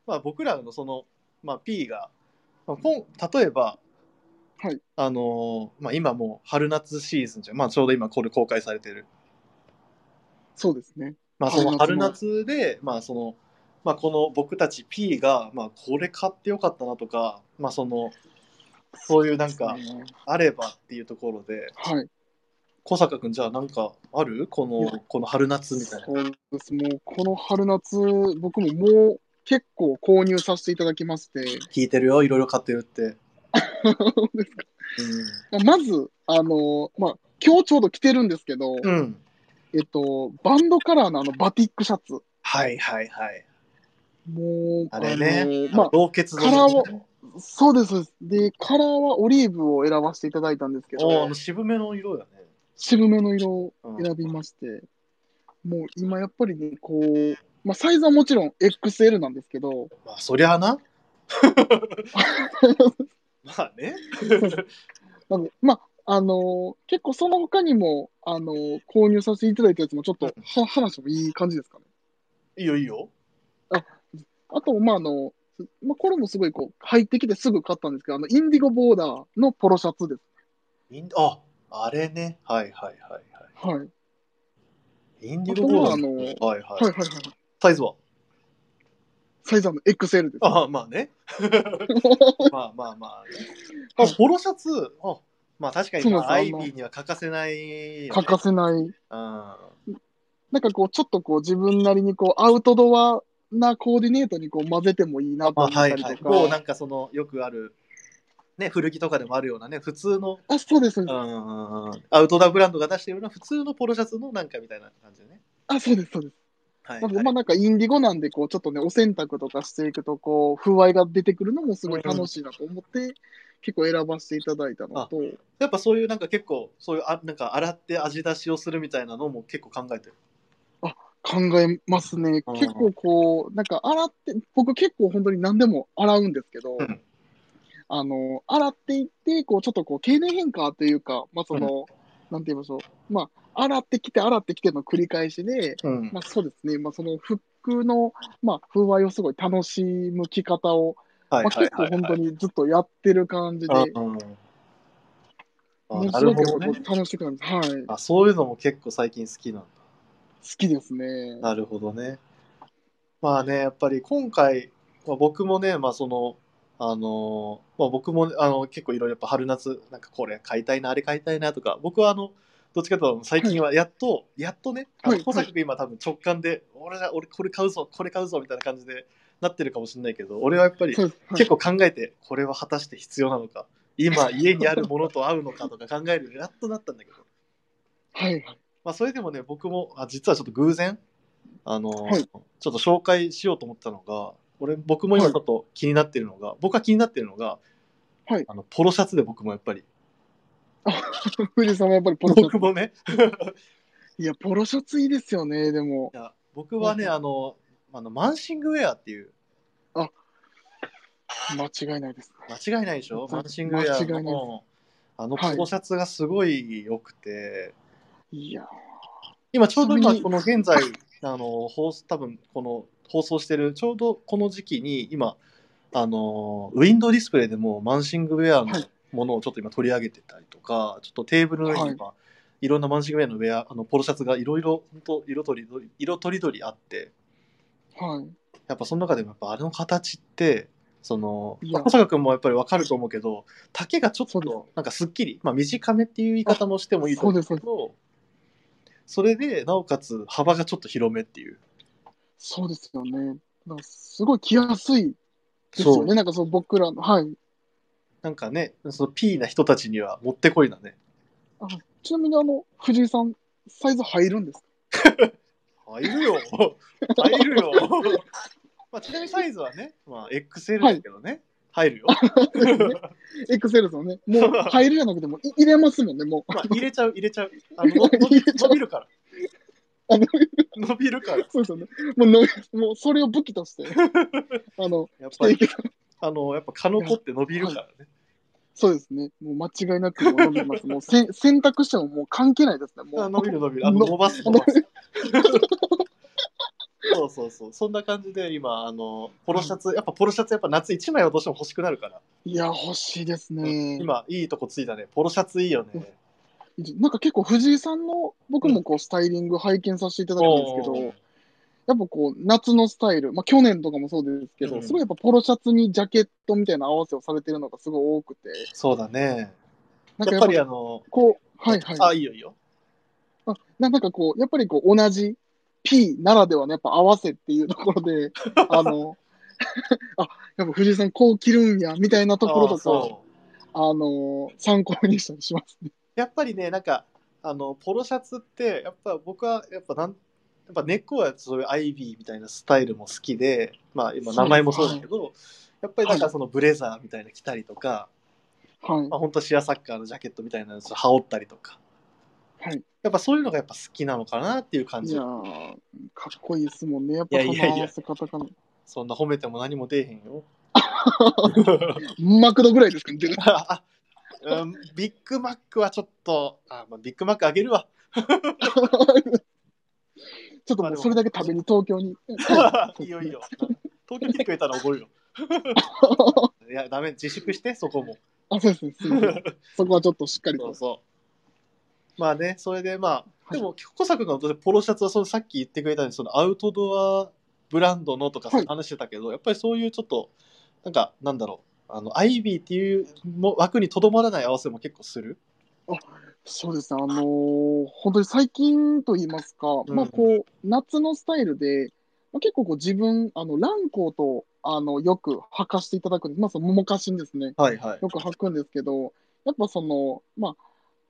Speaker 1: まあ、僕らのその、まあ、P が、まあ、こん例えば、
Speaker 2: はい
Speaker 1: あのーまあ、今もう春夏シーズンじゃん、まあ、ちょうど今これ公開されてる。
Speaker 2: (laughs) そうですね。
Speaker 1: まあ、その春
Speaker 2: 春
Speaker 1: 夏で、まあ、その、まあ、この僕たち P が、まあ、これ買ってよかったなとか、まあ、その、そういうなんか、あればっていうところで、
Speaker 2: はい。
Speaker 1: 小坂君じゃあなんかあるこのこの春夏みたいな。
Speaker 2: そうです。もう、この春夏、僕ももう結構購入させていただきまして、 (laughs)
Speaker 1: 聞いてるよいろいろ買ってるって。
Speaker 2: まあまず、あの、まあ、今日ちょうど着てるんですけ
Speaker 1: う
Speaker 2: ど、
Speaker 1: ん、うん、
Speaker 2: えっと、バンドカラーのあのバティックシャツ。
Speaker 1: はいはいはい。
Speaker 2: もう、
Speaker 1: あれね。
Speaker 2: あのま
Speaker 1: 老血の
Speaker 2: カラーをあ、そうです。そうですで、カラーはオリーブを選ばせていただいたんですけ
Speaker 1: おーあ
Speaker 2: ど
Speaker 1: の、渋めの色だね。
Speaker 2: 渋めの色を
Speaker 1: うん
Speaker 2: 選びまして、もう今やっぱりね、こう、まあ、サイズはもちろん XL なんですけど、
Speaker 1: まあそりゃあ
Speaker 2: (laughs)
Speaker 1: な。まあね。
Speaker 2: なので、まあ、あのー結構その他にも、あのー購入させていただいたやつもちょっと、は話してもいい感じですかね。
Speaker 1: いいよいいよ。
Speaker 2: あと、まあ、あの、まあ、これもすごいこう、入ってきてすぐ買ったんですけど、あの、インディゴボーダーのポロシャツです。
Speaker 1: インあ、あれね。はいはいはいは
Speaker 2: はい。はい
Speaker 1: い。インディゴボーダ
Speaker 2: あと
Speaker 1: ー。はいはい。
Speaker 2: はいはい。
Speaker 1: サイズは
Speaker 2: サイズはの XL です。
Speaker 1: あまあ
Speaker 2: (laughs)
Speaker 1: ね。まあまあまあ、あ、ポロシャツ。あまあ確かに、まあ、ア
Speaker 2: そうなん
Speaker 1: イ
Speaker 2: ですよ
Speaker 1: ビーには欠かせないよね、
Speaker 2: 欠かせな
Speaker 1: う
Speaker 2: い。
Speaker 1: ん
Speaker 2: なんかこう、ちょっとこう、自分なりにこう、アウトドアなコーディネートにこう、混ぜてもいいなと
Speaker 1: まあ
Speaker 2: 思っ
Speaker 1: は
Speaker 2: た
Speaker 1: い
Speaker 2: り
Speaker 1: はい。
Speaker 2: と
Speaker 1: もう
Speaker 2: か。
Speaker 1: なんかそのよくある、ね、古着とかでもあるようなね、普通の、
Speaker 2: あ、そうです。
Speaker 1: うんうんうん、アウトドアブランドが出してるような普通のポロシャツのなんかみたいな感じでね。
Speaker 2: あ、そうです、そうです。
Speaker 1: はい、
Speaker 2: な
Speaker 1: は
Speaker 2: ので、まあ
Speaker 1: い。
Speaker 2: なんかインディゴなんで、こう、ちょっとね、お洗濯とかしていくと、こう、風合いが出てくるのもすごい楽しいなと思って、結構選ばせていただいたのと、
Speaker 1: やっぱそういうなんか結構、そういうあなんか洗って味出しをするみたいなのも結構考えてる。
Speaker 2: 考えますね。
Speaker 1: うん
Speaker 2: 結構こう、なんか洗って、僕結構本当に何でも洗うんですけど、
Speaker 1: うん
Speaker 2: あの、洗っていって、こう、ちょっとこう、経年変化というか、まあその、なんて言いましょう。まあ、洗ってきて、洗ってきての繰り返しで、
Speaker 1: うん
Speaker 2: まあそうですね、まあその服の、まあ風合いをすごい楽しむ着方を、
Speaker 1: はいは
Speaker 2: まあ、
Speaker 1: い
Speaker 2: 結
Speaker 1: は
Speaker 2: 構
Speaker 1: い、
Speaker 2: 本
Speaker 1: は
Speaker 2: 当
Speaker 1: い。
Speaker 2: にずっとやってる感じで、
Speaker 1: うんうんあ
Speaker 2: もの
Speaker 1: な
Speaker 2: す
Speaker 1: る
Speaker 2: ごく
Speaker 1: ほ
Speaker 2: こ
Speaker 1: ど
Speaker 2: う
Speaker 1: ね。
Speaker 2: 楽しくなるんです。はい。好
Speaker 1: あそういうのも結構最近好きなんだ。
Speaker 2: きですね。
Speaker 1: なるほどね。まあね、やっぱり今回、まあ、僕もね、まあその、あのーまあ、僕もあの結構いろいろやっぱ春夏、なんかこれ買いたいな、あれ買いたいなとか、僕はあの、どっちかというと最近はやっと、やっとね、あ
Speaker 2: は
Speaker 1: の
Speaker 2: い
Speaker 1: 小坂君今多分直感で、俺だ、俺これ買うぞ、これ買うぞみたいな感じでなってるかもしれないけど、俺はやっぱり
Speaker 2: そうです。はい
Speaker 1: 結構考えて、これは果たして必要なのか、今家にあるものと合うのかとか考えるようにやっとなったんだけど。
Speaker 2: はい (laughs) はい。
Speaker 1: まあ、それでもね、僕もあ実はちょっと偶然、あのー
Speaker 2: はい
Speaker 1: ちょっと紹介しようと思ったのが、俺僕も今
Speaker 2: はい
Speaker 1: ちょっと気になってるのが、僕が気になってるのが、
Speaker 2: はい
Speaker 1: あのポロシャツで僕もやっぱり、
Speaker 2: 富士山はやっぱりポロシャツ
Speaker 1: 僕。もね、
Speaker 2: いや、ポロシャツいいですよね、でも。
Speaker 1: いや僕はね、
Speaker 2: は
Speaker 1: あの、あのマンシングウェアっていう、
Speaker 2: 間違いないです。
Speaker 1: 間違いないでしょ、
Speaker 2: 間
Speaker 1: マンシングウェア
Speaker 2: 間違いない
Speaker 1: のあのポロシャツがすごい良くて、
Speaker 2: いや、
Speaker 1: 今ちょうど今
Speaker 2: ちなみに
Speaker 1: この現在あの放送多分この放送してるちょうどこの時期に今あのウィンドウディスプレイでもマンシングウェアの
Speaker 2: はい
Speaker 1: ものをちょっと今取り上げてたりとか、ちょっとテーブルの上に今、い、ろんなマンシングウェアのウェアあのポロシャツがいろいろ本当色とりどり色とりどりあって
Speaker 2: はい。
Speaker 1: やっぱその中でもやっぱあれの形ってその
Speaker 2: いや
Speaker 1: 小坂君もやっぱりわかると思うけど丈がちょっ
Speaker 2: そうです
Speaker 1: となんかすっきり、まあ、短めっていう言い方もしてもいいと思うけ
Speaker 2: そうで
Speaker 1: どそれでなおかつ幅がちょっと広めっていう
Speaker 2: そうですよね。なんかすごい着やすいですよね。なんかそう僕らの、はい。
Speaker 1: なんかねそのピーな人たちにはもってこいなね
Speaker 2: ちなみにあの、藤井さん、サイズ入るんですか
Speaker 1: 入る
Speaker 2: (laughs)
Speaker 1: よ入るよまあちなみにサイズはね、まあ、XL だけどね、入
Speaker 2: (laughs)
Speaker 1: るよ (laughs)
Speaker 2: ?XL ですよね。もう入るじゃなくてもい入れますもんね、もう。
Speaker 1: まあ入れちゃう入れちゃうあ
Speaker 2: (laughs)
Speaker 1: のの伸び伸びるから
Speaker 2: あの
Speaker 1: 伸びるから
Speaker 2: そうですよね。もうの、もうそれを武器
Speaker 1: (laughs)
Speaker 2: として、あの、
Speaker 1: やっ
Speaker 2: 着
Speaker 1: ぱ
Speaker 2: てい
Speaker 1: り
Speaker 2: けたら。
Speaker 1: あのやっぱ蚊の子って伸びるからね
Speaker 2: そうですね。もう間違いなくもう伸びます。
Speaker 1: (laughs)
Speaker 2: もうせん選択肢ももう関係ないですね。も
Speaker 1: あ
Speaker 2: う。
Speaker 1: 伸びる伸びる。あの
Speaker 2: の
Speaker 1: 伸ばす伸ばす。そうそうそう。そんな感じで今、あの、ポロシャツ、やっぱポロシャツやっぱ夏1枚はどうしても欲しくなるから。
Speaker 2: いや、欲しいですね。
Speaker 1: 今、いいとこついたね。ポロシャツいいよね。
Speaker 2: なんか結構藤井さんの僕もこうスタイリング拝見させていただくんですけど、
Speaker 1: おー
Speaker 2: やっぱこう夏のスタイル、まあ去年とかもそうですけど、
Speaker 1: うん
Speaker 2: すごいやっぱポロシャツにジャケットみたいな合わせをされてるのがすごい多くて、
Speaker 1: そうだね。
Speaker 2: なん
Speaker 1: や
Speaker 2: か
Speaker 1: っ
Speaker 2: や
Speaker 1: ぱ
Speaker 2: っぱ
Speaker 1: り
Speaker 2: り
Speaker 1: あの、
Speaker 2: こう、はいはい。
Speaker 1: あ、いいよいいよ。
Speaker 2: あななんかこう、やっぱりこう同じ P ならではのやっぱ合わせっていうところで、あの、 (laughs) あ、やっぱ藤井さんこう着るんや、みたいなところ
Speaker 1: あ
Speaker 2: とか、
Speaker 1: そう
Speaker 2: あの、参考にしたりしますね。 (laughs)
Speaker 1: やっぱりね、なんか、あの、ポロシャツって、やっぱ僕は、やっぱなん、やっぱ根っこはそういうアイビーみたいなスタイルも好きで、まあ今名前もそうだけど、やっぱりなんかそのブレザーみたいなの着たりとか、
Speaker 2: はい。
Speaker 1: まあ、本当シアサッカーのジャケットみたいなやつを羽織ったりとか、
Speaker 2: はい
Speaker 1: やっぱそういうのがやっぱ好きなのかなっていう感
Speaker 2: い
Speaker 1: じ
Speaker 2: やーかっこいいですもんね。やっぱ
Speaker 1: いや
Speaker 2: そ
Speaker 1: いやいや
Speaker 2: の合わせ方かな。
Speaker 1: そんな褒めても何も出えへんよ
Speaker 2: マクドぐらいですかね、出る
Speaker 1: あ、うん、ビッグマックはちょっとあ、まあ、ビッグマックあげるわ
Speaker 2: ちょっともうそれだけ食べに
Speaker 1: (laughs)
Speaker 2: 東京に。
Speaker 1: いいよいいよ。東京来てくれたら怒るよ。いや、ダメ、自粛して、そこも。
Speaker 2: (laughs) あ、そうですね。すいま
Speaker 1: (laughs)
Speaker 2: せんそこはちょっとしっかり
Speaker 1: そ
Speaker 2: と
Speaker 1: う。そう。まあね、それでまあ、でも、小作君のポロシャツはそのさっき言ってくれたように、そのアウトドアブランドのとか
Speaker 2: はい
Speaker 1: 話してたけど、やっぱりそういうちょっと、なんか、なんだろう、あの、アイビーっていうも枠にとどまらない合わせも結構する。
Speaker 2: そうですね。あのー本当に最近と言いますか、
Speaker 1: ん
Speaker 2: まあこう、夏のスタイルで、まあ、結構こう自分、あの、蘭光と、あの、よく履かせていただくんです。まあその、桃かしんですね。
Speaker 1: はいはい。
Speaker 2: よく履くんですけど、やっぱその、ま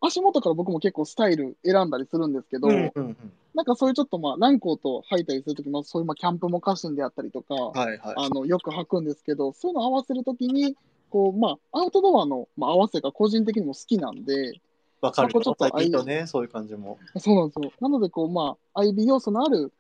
Speaker 2: あ、足元から僕も結構スタイル選んだりするんですけど、
Speaker 1: うんうんうん、
Speaker 2: なんかそういうちょっとまあ、蘭光と履いたりするときも、そういうまあ、キャンプも家臣であったりとか、
Speaker 1: はいはい。
Speaker 2: あの、よく履くんですけど、そういうの合わせるときに、こう、まあ、アウトドアの、まあ、合わせが個人的にも好きなんで、
Speaker 1: わかるよ
Speaker 2: まあこれちょっ。と
Speaker 1: 最近とね、そういう感じも。
Speaker 2: そうなんですよ。なので、こう、まあ、IB 要素のある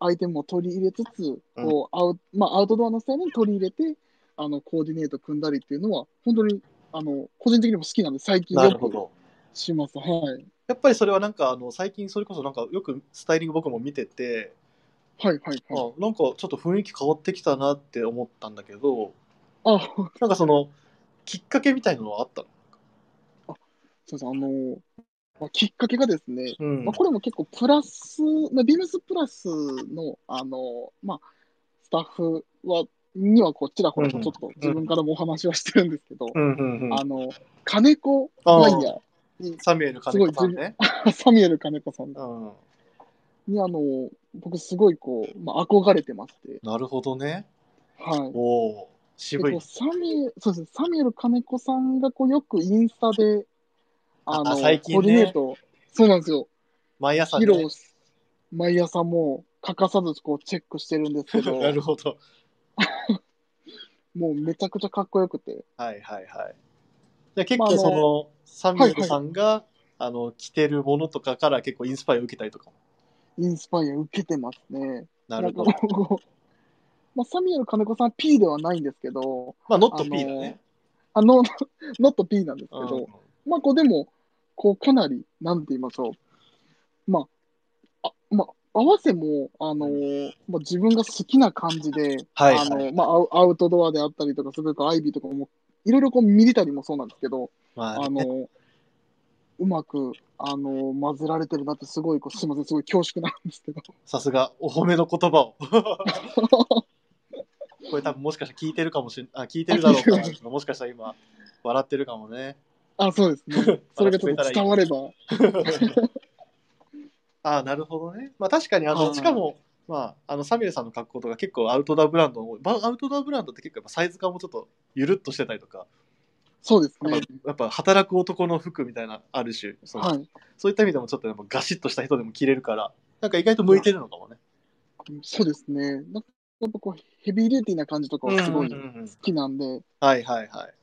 Speaker 2: アイテムを取り入れつつ、
Speaker 1: うん
Speaker 2: こう、アウまあ、アウトドアのスタイルに取り入れて、あの、コーディネート組んだりっていうのは、本当に、あの、個人的にも好きなんで、最近
Speaker 1: なる
Speaker 2: よ
Speaker 1: ほ
Speaker 2: く
Speaker 1: ど。
Speaker 2: します。はい。
Speaker 1: やっぱりそれはなんか、あの、最近それこそなんか、よくスタイリング僕も見てて、
Speaker 2: はい、はい、はい。
Speaker 1: あなんかちょっと雰囲気変わってきたなって思ったんだけど
Speaker 2: あ、
Speaker 1: なんかそのきっかけみたいなのはあったの、
Speaker 2: そうですあの、まあ、きっかけがですね、
Speaker 1: うん
Speaker 2: まあ、これも結構プラス、まあ、ビームスプラスの、あの、まあ、スタッフは、にはこうちらほらとちょっと自分からもお話はしてるんですけど、
Speaker 1: うんうんうん
Speaker 2: あの、金子ワイヤー、
Speaker 1: サミュエル金子さんね、
Speaker 2: サミュエル金子さん
Speaker 1: うん、
Speaker 2: に、あの、僕すごいこう、まあ、憧れてまして、
Speaker 1: なるほどね
Speaker 2: はい。
Speaker 1: おお
Speaker 2: で
Speaker 1: 渋い
Speaker 2: こうサミュそうですねサミュエル金子さんがこうよくインスタで、あの、
Speaker 1: あ最近ね
Speaker 2: コーディネート、そうなんですよ、
Speaker 1: 毎朝
Speaker 2: 披露
Speaker 1: ね
Speaker 2: し、毎朝もう欠かさずこうチェックしてるんですけど、
Speaker 1: (laughs) なるほど
Speaker 2: もうめちゃくちゃかっこよくて、
Speaker 1: はいはいはいじゃあ結
Speaker 2: まああ
Speaker 1: 構
Speaker 2: の
Speaker 1: その、サミュエルさんが、あの着てるものとかから結構インスパイアを受けたりとかも
Speaker 2: インスパイア受けてますね。
Speaker 1: なるほ
Speaker 2: な
Speaker 1: ど
Speaker 2: んかこう (laughs) まあ、サミュエル金子さん P ではないんですけど、
Speaker 1: まあノット P だね、
Speaker 2: あの、 (laughs) ノット P なんですけど、
Speaker 1: うん
Speaker 2: まあ、こう、でも、こう、かなり、なんて言いましょう。まあ、あまあ、合わせも、あのーまあ、自分が好きな感じで、
Speaker 1: はいはい
Speaker 2: あのーまあアウ、アウトドアであったりとか、すごくアイビーとかも、いろいろこう、ミリタリーもそうなんですけど、
Speaker 1: ま
Speaker 2: あ
Speaker 1: あね
Speaker 2: のーうまく、あのー混ぜられてるなって、すごいこう、すいません、すごい恐縮なんです (laughs) けど。
Speaker 1: さすがお褒めの言葉をこれ多分もしかしたら聞いてるかもしれあ聞いてるだろうか
Speaker 2: 聞い
Speaker 1: らもしかしたら今笑ってるかもね
Speaker 2: あ、そうですね。それがちょっと伝われば。
Speaker 1: ああなるほどねまあ確かにあの、
Speaker 2: はい
Speaker 1: しかもまああのサミュエルさんの格好とか結構アウトドアブランドのばアウトドアブランドって結構やっぱサイズ感もちょっとゆるっとしてたりとか
Speaker 2: そうです
Speaker 1: やっ
Speaker 2: ね。
Speaker 1: ぱ,、やっぱ働く男の服みたいなある種その、
Speaker 2: はい。
Speaker 1: そういった意味でもちょっとやっぱガシッとした人でも着れるからなんか意外と向いてるのかもね、
Speaker 2: そうですね。なんか、やっぱこう、ヘビーデューティーな感じとかはすごい
Speaker 1: うんう
Speaker 2: 好
Speaker 1: んうん
Speaker 2: きなんで、
Speaker 1: はいはいはい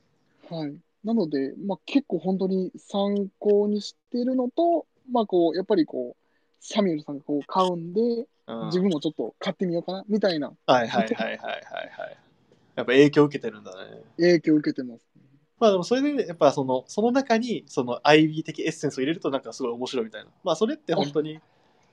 Speaker 2: はい。なので、まあ、結構本当に参考にしてるのと、まあ、こう、やっぱりこう、サミュエルさんがこう買うんで、
Speaker 1: うん
Speaker 2: 自分もちょっと買ってみようかな、みたいな
Speaker 1: はいはいはいはいはいはいやっぱ影響受けてるんだね
Speaker 2: 影響を受けてます。
Speaker 1: まあでもそれでねやっぱそのその中にその IB 的エッセンスを入れるとなんかすごい面白いみたいなまあそれって本当に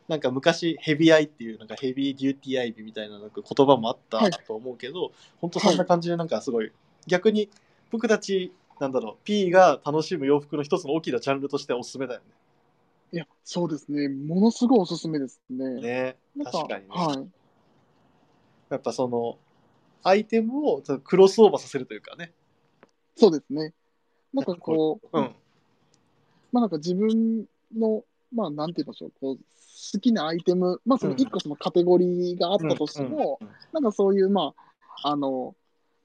Speaker 1: なんか昔ヘビアイっていうなんかヘビーデューティーアイビーみたいななんか言葉もあったと思うけど、本当そんな感じでなんかすごい逆に僕たちなんだろう P が楽しむ洋服の一つの大きなジャンルとしてはおすすめだよ
Speaker 2: いや、そうですね。ものすごいおすすめですね。
Speaker 1: ね。ね
Speaker 2: なん
Speaker 1: 確かにね、
Speaker 2: はい。
Speaker 1: やっぱそのアイテムをクロスオーバーさせるというかね。
Speaker 2: そうですね。なんかこう、
Speaker 1: うん。
Speaker 2: まあなんか自分の、まあなんて言いましょう、こう、好きなアイテム、まあその一個そのカテゴリーがあったとしても、
Speaker 1: うんうん
Speaker 2: なんかそういう、まあ、あの、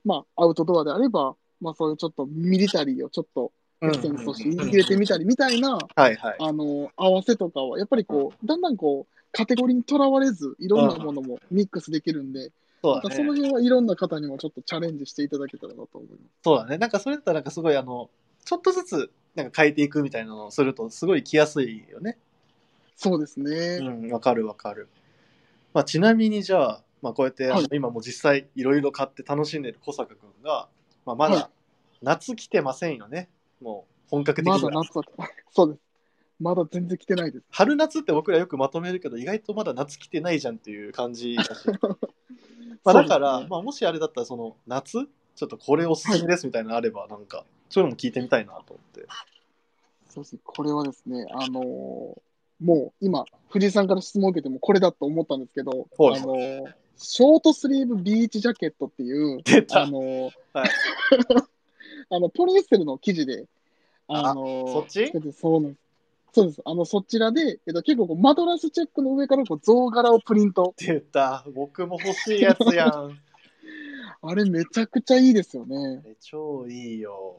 Speaker 2: まあ、アウトドアであれば、まあ、そういうちょっとミリタリーをちょっとエッセンスとして入れてみたりみたいな、
Speaker 1: はいはい。
Speaker 2: あの、合わせとかは、やっぱりこう、だんだんこう、カテゴリーにとらわれず、いろんなものもミックスできるんで、
Speaker 1: そ
Speaker 2: なん
Speaker 1: うだ
Speaker 2: か
Speaker 1: ね。
Speaker 2: その辺はいろんな方にもちょっとチャレンジしていただけたらなと思います。
Speaker 1: そうだね。なんかそれだったらなんかすごいあの、ちょっとずつなんか変えていくみたいなのをするとすごい着やすいよね。
Speaker 2: そうです
Speaker 1: う
Speaker 2: ね。
Speaker 1: ん、わかるわかる。まあちなみにじゃあ、まあこうやって、あの
Speaker 2: はい
Speaker 1: 今もう実際いろいろ買って楽しんでる小坂くんが、まあま
Speaker 2: は
Speaker 1: だ夏来てませんよね。もう本格的
Speaker 2: ま
Speaker 1: に
Speaker 2: だ
Speaker 1: は。
Speaker 2: (laughs) 夏は、そうです。まだ全然来てないです。
Speaker 1: 春夏って僕らよくまとめるけど意外とまだ夏来てないじゃんっていう感じ
Speaker 2: (laughs)
Speaker 1: だしまあだから、
Speaker 2: そうですね
Speaker 1: まあ、もしあれだったらその夏ちょっとこれおすすめですみたいなのあればなんかそういうのも聞いてみたいなと思って
Speaker 2: そうですね。これはですね、あのーもう今、藤井さんから質問を受けてもこれだと思ったんですけど、
Speaker 1: はい
Speaker 2: あのーショートスリーブビーチジャケットっていう、
Speaker 1: 出た
Speaker 2: あのー
Speaker 1: はい
Speaker 2: (laughs) あのポリエステルの生地で、
Speaker 1: あ
Speaker 2: のー
Speaker 1: そっち
Speaker 2: 作ってそうなんです。そうです。あの、そちらで、えっと、結構こう、マドラスチェックの上からこう、象柄をプリント。
Speaker 1: 出た僕も欲しいやつやん (laughs)
Speaker 2: あれ、めちゃくちゃいいですよね。
Speaker 1: え超いいよ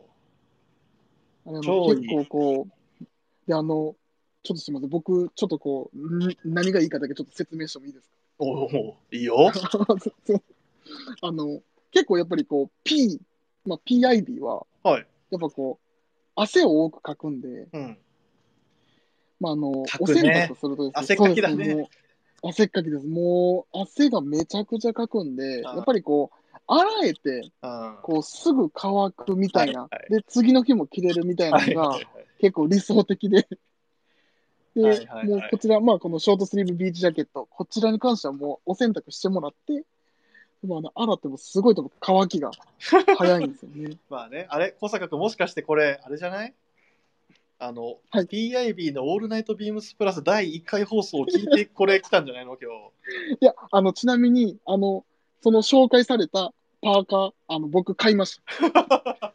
Speaker 2: あれ
Speaker 1: 超
Speaker 2: も
Speaker 1: いい
Speaker 2: 結構こう、で、あの、ちょっとすみません、僕、ちょっとこう、ん何がいいかだけちょっと説明してもいいです
Speaker 1: おおいいよ
Speaker 2: か (laughs) あの、結構やっぱりこう、P、まあ、PIB は、
Speaker 1: はい
Speaker 2: やっぱこう、汗を多くかくんで、
Speaker 1: うん
Speaker 2: まあ、あの、
Speaker 1: か
Speaker 2: お
Speaker 1: くね
Speaker 2: 洗濯とするとです
Speaker 1: 汗っかきだね
Speaker 2: そうですもう汗っかきです。もう、汗がめちゃくちゃかくんで、
Speaker 1: あ
Speaker 2: や
Speaker 1: ー
Speaker 2: っぱりこう、洗えて、
Speaker 1: あ
Speaker 2: こう、すぐ乾くみたいな、
Speaker 1: はいはい
Speaker 2: で、次の日も着れるみたいなのが、結構理想的で。で、
Speaker 1: はいはいはい
Speaker 2: もうこちら、まあ、このショートスリーブビーチジャケット、こちらに関してはもうお洗濯してもらって、でもあの洗ってもすごいと乾きが早いんですよね。 (laughs)
Speaker 1: まあね、あれ、小坂君、もしかしてこれ、あれじゃないあの、
Speaker 2: はい
Speaker 1: PIB のオールナイトビームスプラス第1回放送を聞いて、これ来たんじゃないの、今日。
Speaker 2: いや、あの、ちなみに、あの、その紹介されたパーカー、あの、僕買いまし
Speaker 1: さ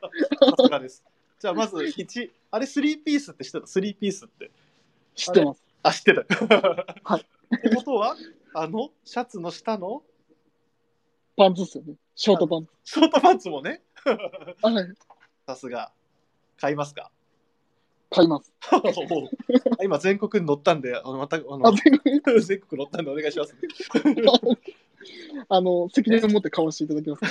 Speaker 1: すがです。じゃあ、まず1、あれ、3ピースって知ってた ?3 ピースって。
Speaker 2: た。知ってます。
Speaker 1: あ、知ってた。
Speaker 2: はい
Speaker 1: ってことは、あの、シャツの下の
Speaker 2: パンツっすよね。ショートパンツ。
Speaker 1: ショートパンツもね、
Speaker 2: あはい、
Speaker 1: さすが。買います
Speaker 2: (laughs)
Speaker 1: か
Speaker 2: 買います。
Speaker 1: おう今、全国に乗ったんで、あのまた、あ
Speaker 2: あ、
Speaker 1: の
Speaker 2: 全然、
Speaker 1: 全国乗ったんでお願いし
Speaker 2: (laughs)
Speaker 1: ます。
Speaker 2: あの、責任を持って買わせていただきます。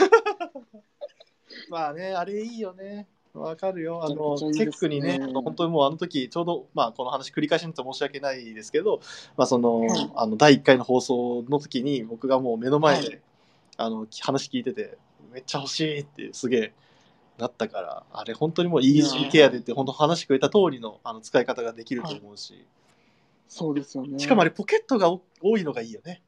Speaker 1: まあね、あれいいよね。わかるよ。あ
Speaker 2: め
Speaker 1: の、
Speaker 2: ちゃめちゃ
Speaker 1: チ
Speaker 2: いい
Speaker 1: ェ
Speaker 2: で
Speaker 1: ッ
Speaker 2: す
Speaker 1: ク
Speaker 2: ね
Speaker 1: にね、あの本当にもうあの時、ちょうど、まあ、この話繰り返しになって申し訳ないですけど、まあ、その、
Speaker 2: はい
Speaker 1: あの、第1回の放送の時に、僕がもう目の前で、
Speaker 2: は
Speaker 1: あの、き話聞いてて、めっちゃ欲しいって、すげえ、なったから、あれ、本当にもうイージーケアでって、本当話してくれた通りの、あの、使い方ができると思うし、
Speaker 2: そうですよね。
Speaker 1: しかもあれ、ポケットがお多いのがいいよね。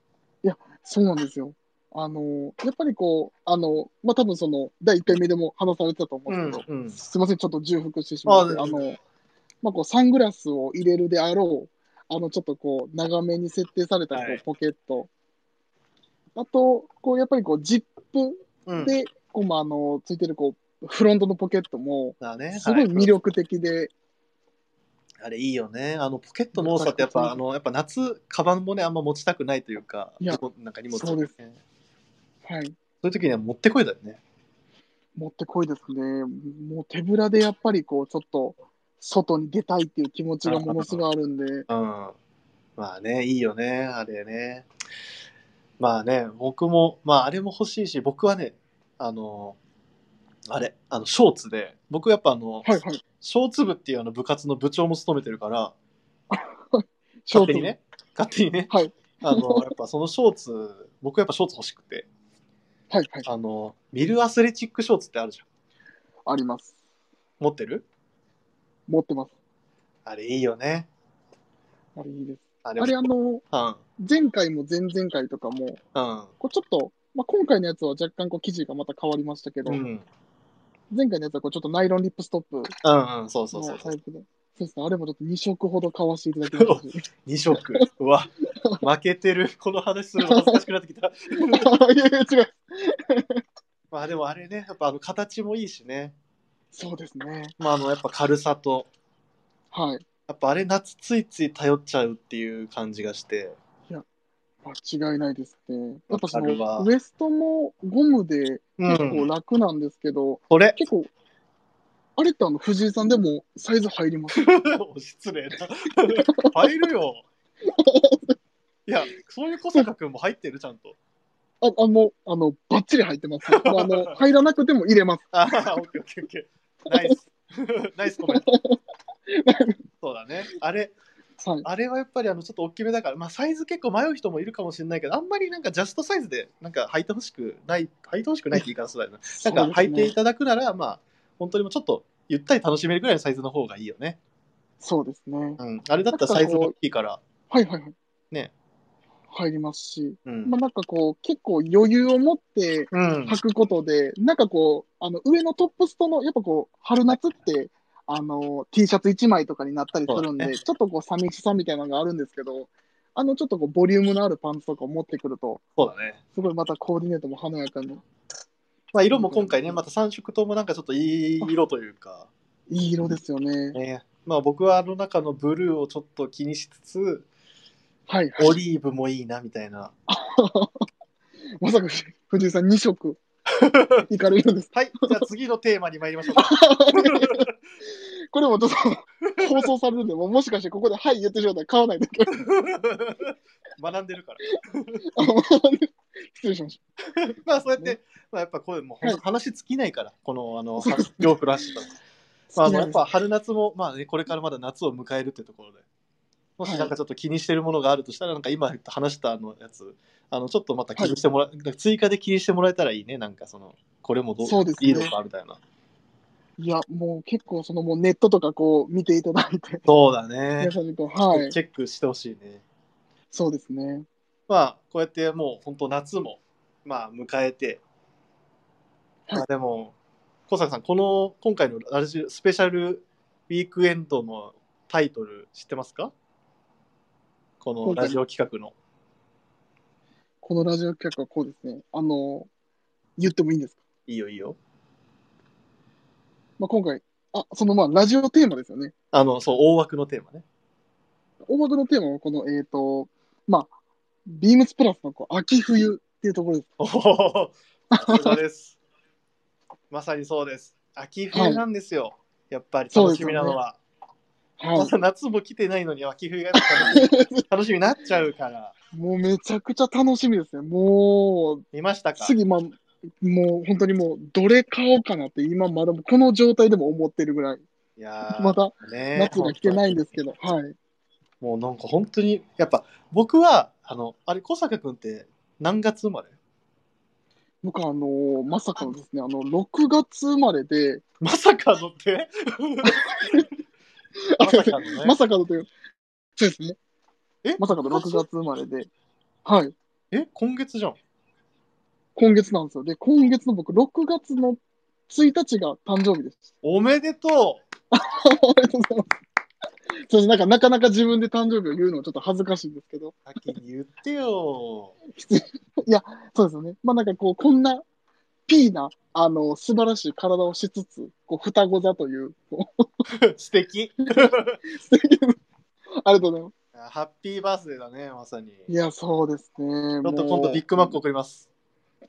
Speaker 2: そうなんですよ。あの、やっぱりこう、あの、まあ、多分その、第1回目でも話されてたと思うんですけど、
Speaker 1: うんうん
Speaker 2: すいません、ちょっと重複してしまって、
Speaker 1: あ
Speaker 2: あ
Speaker 1: 全然
Speaker 2: の、まあ、こう、サングラスを入れるであろう、あの、ちょっとこう、長めに設定されたこ
Speaker 1: はいう
Speaker 2: ポケット、あと、こう、やっぱりこう、ジップ
Speaker 1: うん。
Speaker 2: で、こう、まあ、あの、ついてるこう、フロントのポケットも、
Speaker 1: だね。
Speaker 2: すごい
Speaker 1: は
Speaker 2: 魅力的で、
Speaker 1: あれいいよね。あのポケットの多さってやっ
Speaker 2: うん
Speaker 1: ぱあのやっぱ夏カバンもねあんま持ちたくないというか、
Speaker 2: いや
Speaker 1: どこなんか荷物
Speaker 2: そうです
Speaker 1: ね。
Speaker 2: はい、
Speaker 1: そういう時には持ってこいだよね。
Speaker 2: もってこいですね。もう手ぶらでやっぱりこう、ちょっと、外に出たいっていう気持ちがものすごいあるんで、
Speaker 1: うん。まあねいいよねあれね。まあね僕もまああれも欲しいし僕はねあのあれあのショーツで僕やっぱあの、
Speaker 2: はいはい。
Speaker 1: ショーツ部っていうあの部活の部長も務めてるから
Speaker 2: ショ
Speaker 1: 勝手
Speaker 2: ート
Speaker 1: に
Speaker 2: に。
Speaker 1: ね勝手にね、
Speaker 2: はい
Speaker 1: あのやっぱそのショーツ僕やっぱショーツ欲しくて
Speaker 2: はいはい。
Speaker 1: あのミルアスレチックショーツってあるじゃん。
Speaker 2: あります。
Speaker 1: 持ってる
Speaker 2: 持ってます。
Speaker 1: あれいいよね。
Speaker 2: あれいいです。
Speaker 1: あれ
Speaker 2: あれあの、前回も前々回とかも、こうちょっと、まあ、今回のやつは若干こう生地がまた変わりましたけど、
Speaker 1: うん。うん。うん。
Speaker 2: 前回のやつはこうちょっとナイロンリップストップ
Speaker 1: うん。そうそうそ
Speaker 2: の
Speaker 1: う。
Speaker 2: タイプで。そうですね。あれもちょっと2色ほど買わせていただき
Speaker 1: (laughs)
Speaker 2: まし
Speaker 1: 2色。うわ、負けてる。この話するの恥ずかしくなってきた。
Speaker 2: た。いやいや、違う。
Speaker 1: まあでもあれね、やっぱあの形もいいしね。
Speaker 2: そうですね。
Speaker 1: まああのやっぱ軽さと。
Speaker 2: はい。
Speaker 1: やっぱあれ夏ついつい頼っちゃうっていう感じがして。
Speaker 2: 間違いないですね。やっぱそ
Speaker 1: わかるわ
Speaker 2: の、ウエストもゴムで
Speaker 1: う
Speaker 2: 結構
Speaker 1: ん。
Speaker 2: 楽なんですけど、
Speaker 1: これ (laughs)
Speaker 2: 結構、あれってあの、藤井さんでもサイズ入ります
Speaker 1: 失礼な。入るよ。いや、そういう小坂君も入ってる、ちゃんと。
Speaker 2: あ、あもう、あの、ばっちり入っ
Speaker 1: (laughs)
Speaker 2: てます。もうあの、入らなくても入れます。
Speaker 1: ああ、オッケーオッケーオッケー。ナイス。ナイスコ (laughs) メント。そうだね。あれ、
Speaker 2: はい。
Speaker 1: あれはやっぱりあのちょっと大きめだから、まあ、サイズ結構迷う人もいるかもしれないけど、あんまりなんかジャストサイズでなんか履いてほしくない、履いてほしくないって言い方するな。
Speaker 2: (laughs) そ
Speaker 1: な
Speaker 2: うんで
Speaker 1: か
Speaker 2: す
Speaker 1: 履いて
Speaker 2: ね
Speaker 1: いただくなら、まあ、本当にもうちょっとゆったり楽しめるぐらいのサイズの方がいいよね。
Speaker 2: そうですね。
Speaker 1: うん、あれだったらサイズも大きいから、
Speaker 2: はいはいはい。
Speaker 1: ね。
Speaker 2: 入りますし、
Speaker 1: うん
Speaker 2: まあ、なんかこう、結構余裕を持って
Speaker 1: うん、
Speaker 2: 履くことで、なんかこう、あの上のトップストの、やっぱこう、春夏って、あの T シャツ1枚とかになったりするんで、
Speaker 1: そうだね
Speaker 2: ちょっとこう、寂しさみたいなのがあるんですけど、あのちょっとこう、ボリュームのあるパンツとかを持ってくると、
Speaker 1: そうだね。
Speaker 2: すごいまたコーディネートも華やかに、
Speaker 1: まあ、色も今回ね、また3色ともなんかちょっといい色というか、
Speaker 2: いい色ですよね。
Speaker 1: ねまあ、僕はあの中のブルーをちょっと気にしつつ、
Speaker 2: はい、はい。
Speaker 1: オリーブもいいなみたいな。
Speaker 2: まさか藤井さん2色
Speaker 1: (laughs)
Speaker 2: いかれるんです。
Speaker 1: はい、じゃあ次のテーマに参り
Speaker 2: (laughs)
Speaker 1: ましょう。
Speaker 2: これもちょっと放送されるんで、もうもしかしてここではい言ってしまったら買わないといけない。
Speaker 1: 学んでるから。
Speaker 2: あの失礼しまし
Speaker 1: (laughs) まあそうやって、まあ、やっぱこういうもう
Speaker 2: はい
Speaker 1: 話尽きないから、このあ
Speaker 2: (laughs)
Speaker 1: の両フラッシュとか。まあ、あのやっぱ春夏も、まあね、これからまだ夏を迎えるってところで、も
Speaker 2: は
Speaker 1: し
Speaker 2: い
Speaker 1: なんかちょっと気にしてるものがあるとしたら、なんか今話したあのやつ、あのちょっとまた気にしてもら、なんか追加で気にしてもらえたらいいね、なんかその、これもどう
Speaker 2: そうですね
Speaker 1: いいのかみたいな。
Speaker 2: た。いや、もう結構そのもうネットとかこう見ていただいて、
Speaker 1: そうだね
Speaker 2: 皆。さんにこう、はい、
Speaker 1: チェックしてほしいね。
Speaker 2: そうですね。
Speaker 1: まあこうやってもう本当夏もまあ迎えて、
Speaker 2: はい
Speaker 1: まあでも小坂さんこの今回のラジオスペシャルウィークエンドのタイトル知ってますかこのラジオ企画の
Speaker 2: このラジオ企画はこうですね。あの、言ってもいいんですか、
Speaker 1: いいよいいよ
Speaker 2: まあ、今回、あ、そのまあラジオテーマですよね。
Speaker 1: あのそう大枠のテーマね
Speaker 2: 大枠のテーマはこの、えっ、と、まあ、ビームスプラスのこう秋冬っていうところです。
Speaker 1: おおさすがです (laughs) まさにそうです秋冬なんですよ、やっぱり楽しみなのは、
Speaker 2: は
Speaker 1: まだ夏も来てないのに秋冬が楽しみ楽しみになっちゃうから
Speaker 2: い。もうめちゃくちゃ楽しみですね。もう、
Speaker 1: 見ましたか
Speaker 2: 次、まあ、もう本当にもう、どれ買おうかなって、今まだこの状態でも思ってるぐらい、
Speaker 1: いやー
Speaker 2: また
Speaker 1: ね
Speaker 2: 夏が来てないんですけど、はい。
Speaker 1: もうなんか本当にやっぱ僕はあのあれ小坂君って何月生まれ
Speaker 2: 僕はあのーまさかのですね、あの、6月生まれで、
Speaker 1: まさかのってまさかのね、
Speaker 2: まさかのという、そうですね。
Speaker 1: え
Speaker 2: まさかの6月生まれで、はい。
Speaker 1: え今月じゃん
Speaker 2: 今月なんですよ。で、今月の僕、6月の1日が誕生日です。
Speaker 1: おめでとう
Speaker 2: ありがとうございます。 (laughs) そうですなんか、なかなか自分で誕生日を言うのはちょっと恥ずかしいんですけど、
Speaker 1: 先に言ってよ (laughs)
Speaker 2: そうですよね。まあなんかこう、こんな、ピーな、あの、素晴らしい体をしつつ、こう、双子座という、こ
Speaker 1: 素敵 (laughs)
Speaker 2: う、素敵なありがとうござ (laughs) います。
Speaker 1: ハッピーバースデーだねまさに
Speaker 2: い
Speaker 1: ち
Speaker 2: や、そうですね。
Speaker 1: ょっと今度ビッグマッ
Speaker 2: (laughs)
Speaker 1: ク
Speaker 2: ク。
Speaker 1: 送ります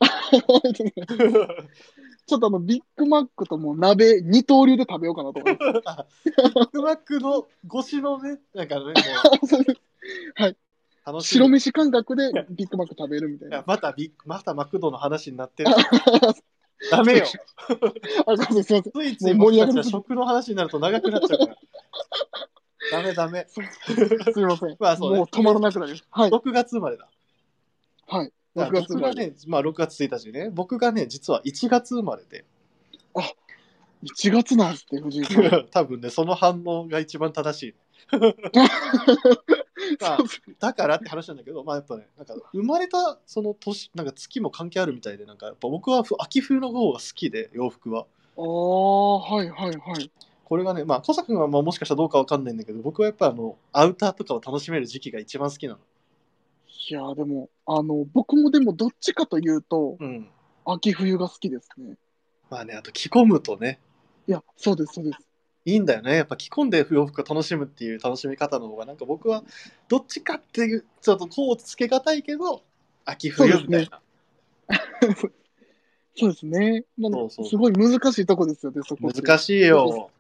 Speaker 2: ありがとうございます
Speaker 1: (laughs)
Speaker 2: ちょっとあの、ビッグマックともう鍋、二刀流で食べようかなと思いま
Speaker 1: あビッグマックの越しのねなんかねもう
Speaker 2: すそ
Speaker 1: (laughs)
Speaker 2: うです。
Speaker 1: 楽しみ
Speaker 2: 白飯感覚でビッグマック食べるみたい
Speaker 1: い
Speaker 2: な
Speaker 1: や。またビッグまたマクドの話にな
Speaker 2: (laughs)
Speaker 1: ってるダメよ
Speaker 2: あ、そうです。すいません。
Speaker 1: ついつい
Speaker 2: も
Speaker 1: 僕
Speaker 2: う盛り上
Speaker 1: た
Speaker 2: が
Speaker 1: ち
Speaker 2: る
Speaker 1: は食の話になると長くなっちゃうから。ダメダメ。
Speaker 2: すいません。
Speaker 1: (laughs) まあそうね
Speaker 2: もう止まらなくなる。はい。
Speaker 1: 6月生まれだ。
Speaker 2: はい。
Speaker 1: だ
Speaker 2: 6
Speaker 1: から
Speaker 2: 月
Speaker 1: 僕
Speaker 2: 生ま
Speaker 1: が
Speaker 2: れ。
Speaker 1: ね、まあ6月1日ね、僕がね、実は1月生まれで、
Speaker 2: 1月なんですって、藤井さ
Speaker 1: (laughs)
Speaker 2: ん。
Speaker 1: 多分ね、その反応が一番正しい。
Speaker 2: (laughs)
Speaker 1: まあ
Speaker 2: そうです
Speaker 1: だからって話なんだけど、まあやっぱね、なんか生まれたその年、なんか月も関係あるみたいで、なんかやっぱ僕はふ秋冬の方が好きで、洋服は。
Speaker 2: ああ、はいはいはい。
Speaker 1: これがね、まあ小坂君はまあもしかしたらどうかわかんないんだけど、僕はやっぱあの、アウターとかを楽しめる時期が一番好きなの。
Speaker 2: いやーでも、あの、僕もでもどっちかというと、
Speaker 1: うん。
Speaker 2: 秋冬が好きですね。
Speaker 1: まあね、あと着込むとね、
Speaker 2: いや、そうです、そうです。
Speaker 1: いいんだよね。やっぱ着込んで洋服を楽しむっていう楽しみ方の方が、なんか僕はどっちかっていう、ちょっとこうつけがたいけど、秋冬みたいな。
Speaker 2: そうですね。なの
Speaker 1: そうそう
Speaker 2: すごい難しいとこですよね、そこって。
Speaker 1: 難しいよ。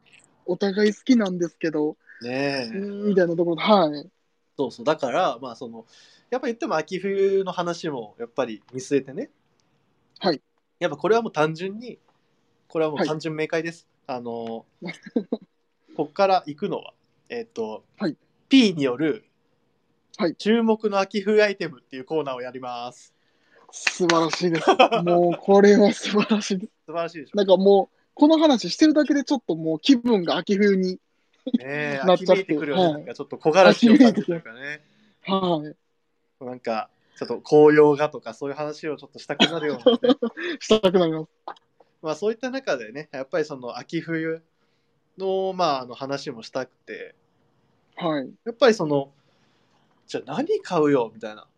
Speaker 2: お互い好きなんですけど、
Speaker 1: ねえ。
Speaker 2: うーんみたいなところで、はい。
Speaker 1: そうそう。だから、まあその、やっぱ言っても秋冬の話もやっぱり見据えてね。
Speaker 2: はい。
Speaker 1: やっぱこれはもう単純に、これはも
Speaker 2: は
Speaker 1: う
Speaker 2: い
Speaker 1: 単純明快です。あ
Speaker 2: (laughs)
Speaker 1: の、こっから行くのは、えっ、と、
Speaker 2: はい、
Speaker 1: P による、
Speaker 2: はい
Speaker 1: 注目の秋冬アイテムっていうコーナーをやります。
Speaker 2: 素晴らしいです。もう、これは素晴らしいです。
Speaker 1: 素晴らしいでしょ。
Speaker 2: なんかもう、この話してるだけでちょっともう気分が秋冬に
Speaker 1: ねえ、
Speaker 2: なっ
Speaker 1: 秋
Speaker 2: ちゃっ
Speaker 1: め
Speaker 2: て
Speaker 1: いてくるよ
Speaker 2: は
Speaker 1: ね。な
Speaker 2: い
Speaker 1: んかちょっと木枯らしを感じるというかね。
Speaker 2: はい。
Speaker 1: なんか、ちょっと紅葉がとかそういう話をちょっとしたくなるようなね、
Speaker 2: したくなります。
Speaker 1: まあそういった中でね、やっぱりその秋冬の,、まああの話もしたくて、
Speaker 2: はい。
Speaker 1: やっぱりその、じゃあ何買うよみたいな。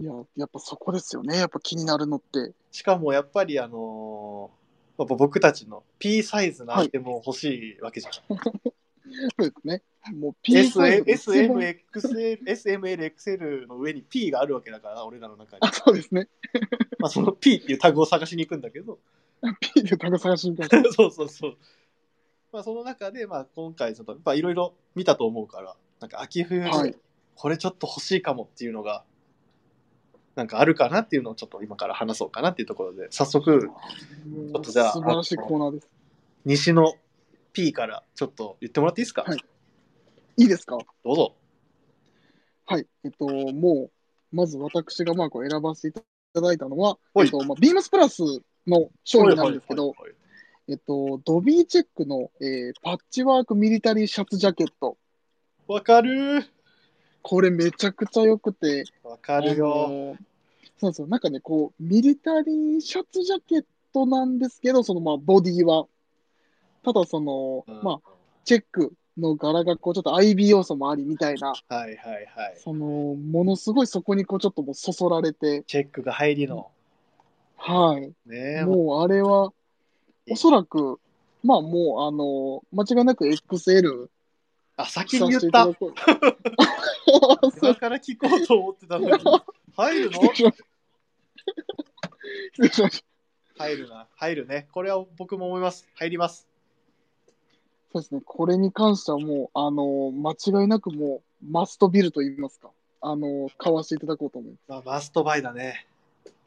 Speaker 2: いや、やっぱそこですよね。やっぱ気になるのって。
Speaker 1: しかもやっぱりあのーやっぱ僕たちの P サイズのアイテムを欲しいわけじゃん。
Speaker 2: そうですね。もう P サイズ
Speaker 1: SM
Speaker 2: の一番
Speaker 1: SMXL、SMLXL の上に P があるわけだから、俺らの中に
Speaker 2: あ、。そうですね。
Speaker 1: まあその P っていうタグを探しに行くんだけど、
Speaker 2: P で高探しみたい
Speaker 1: (laughs)
Speaker 2: な。
Speaker 1: そうそうそう。まあ、その中で、まあ、今回ちょっと、まあ、いろいろ見たと思うから、なんか秋冬
Speaker 2: は
Speaker 1: に
Speaker 2: い
Speaker 1: これちょっと欲しいかもっていうのが、なんかあるかなっていうのをちょっと今から話そうかなっていうところで、早速、ょっとじゃあ
Speaker 2: 素晴らしいコーナーです。
Speaker 1: 西の P からちょっと言ってもらっていいですか、
Speaker 2: はいいいですか
Speaker 1: どうぞ。
Speaker 2: はい。えっと、もう、まず私がマークを選ばせていただいたのは、
Speaker 1: はい
Speaker 2: えっと、まあ、ビームスプラスの商品なんですけど、
Speaker 1: はいはいはい
Speaker 2: えっと、ドビーチェックの、えーパッチワークミリタリーシャツジャケット。
Speaker 1: わかる
Speaker 2: これめちゃくちゃ良くて、
Speaker 1: わかる
Speaker 2: あ
Speaker 1: よ。
Speaker 2: のそうそう、なんかね、こう、ミリタリーシャツジャケットなんですけど、そのまあ、ボディは。ただ、その、
Speaker 1: うん
Speaker 2: まあ、チェックの柄がこう、ちょっと IB 要素もありみたいな、
Speaker 1: はいはいはい。
Speaker 2: その、ものすごいそこにこう、ちょっともうそそられて、
Speaker 1: チェックが入りの。
Speaker 2: はい。
Speaker 1: ねえ、もう
Speaker 2: もうあれは、おそらく、まあもう、あの、間違いなく XL
Speaker 1: あ、先に言っ
Speaker 2: さ
Speaker 1: た
Speaker 2: せ。
Speaker 1: (laughs)
Speaker 2: ていただこう (laughs) そう
Speaker 1: 今から聞こうと思ってた
Speaker 2: (laughs)
Speaker 1: のに。入るの
Speaker 2: 失礼しました失礼しました。
Speaker 1: 入るな、入るね。これは僕も思います。入ります。
Speaker 2: そうですね、これに関してはもう、あの間違いなくもう、マストビルと言いますか、あの買わせていただこうと思います。
Speaker 1: まあ、マストバイだね。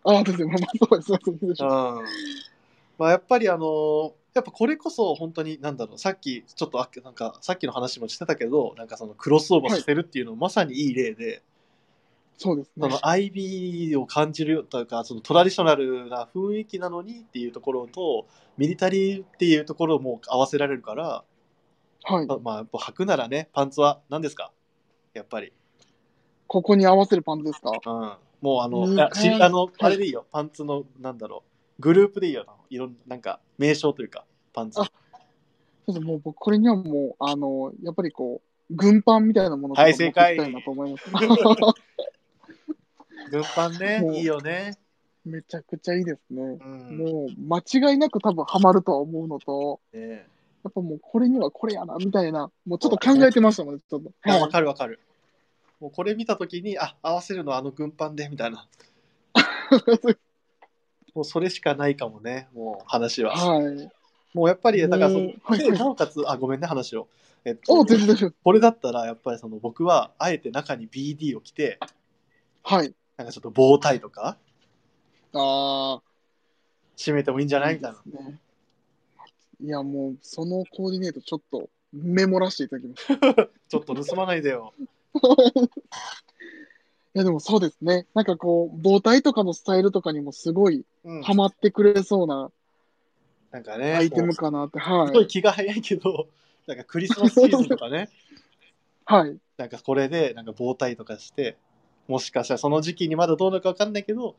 Speaker 2: ああ、ですね、まあマストバイ、すいません失礼し
Speaker 1: うん
Speaker 2: まし。
Speaker 1: まあ、やっぱりあのーやっぱこれこそ本当に、なんだろう、さっき、ちょっとあ、なんか、さっきの話もしてたけど、なんかそのクロスオーバーさせるっていうのもまさにいい例で、
Speaker 2: た。そうです
Speaker 1: そ
Speaker 2: ね
Speaker 1: の。IB を感じるというか、そのトラディショナルな雰囲気なのにっていうところと、ミリタリーっていうところも合わせられるから、
Speaker 2: はい。
Speaker 1: まあ、やっぱ履くならね、パンツは何ですかやっぱり。
Speaker 2: ここに合わせるパンツですか
Speaker 1: うん、もうあの、
Speaker 2: うん
Speaker 1: いやしあの
Speaker 2: い
Speaker 1: あれでいいよ、パンツの、なんだろう、グループでいいよな、いろんな、なんか、名称というか、パンツ。
Speaker 2: あそうですねもう僕、これにはもう、あのやっぱりこう、軍パンみたいなものとか
Speaker 1: はい
Speaker 2: 持って
Speaker 1: 正
Speaker 2: いきた
Speaker 1: 解
Speaker 2: いなと思います。
Speaker 1: 軍パンね
Speaker 2: もう、
Speaker 1: いいよね。
Speaker 2: (laughs) めちゃくちゃいいですね。
Speaker 1: うん。ね
Speaker 2: もう、間違いなく多分ハマるとは思うのと、
Speaker 1: え
Speaker 2: やっぱもう、これにはこれやな、みたいな、もうちょっと考えてましたもんね、ちょっと。
Speaker 1: まあ
Speaker 2: はい
Speaker 1: わかるわかる。もうこれ見たときに、あ合わせるのはあの軍パンで、みたい
Speaker 2: (laughs)
Speaker 1: な。もうそれしかないかもね、もう話は。
Speaker 2: はい。
Speaker 1: もうやっぱり、だからそ
Speaker 2: も
Speaker 1: の
Speaker 2: う、はい
Speaker 1: でなおかつ、あ、ごめんね、話を。えっ
Speaker 2: お
Speaker 1: と、
Speaker 2: 全然大丈夫。
Speaker 1: これだったら、やっぱりその、僕は、あえて中に BD を着て、
Speaker 2: はい。
Speaker 1: なんかちょっと棒タイとか、
Speaker 2: あ
Speaker 1: 締めてもいいんじゃ
Speaker 2: あ、
Speaker 1: ない
Speaker 2: い
Speaker 1: み
Speaker 2: い
Speaker 1: た
Speaker 2: で
Speaker 1: いな。
Speaker 2: すね。いや、もう、そのコーディネート、ちょっとメモらせていただきました。い
Speaker 1: ちょっと盗まないでよ。
Speaker 2: や、でもそうですね。なんかこう、母体とかのスタイルとかにもすごい
Speaker 1: うん
Speaker 2: ハマってくれそうな
Speaker 1: なんかね、
Speaker 2: アイテム
Speaker 1: も
Speaker 2: かなって。
Speaker 1: うすご
Speaker 2: はいい。
Speaker 1: 気が早いけど、 (laughs) なんかクリスマスシーズンとかね、 (laughs)
Speaker 2: はい。
Speaker 1: なんかこれで、なんか防体とかして、もしかしたらその時期にまだどうなるかわかんないけど、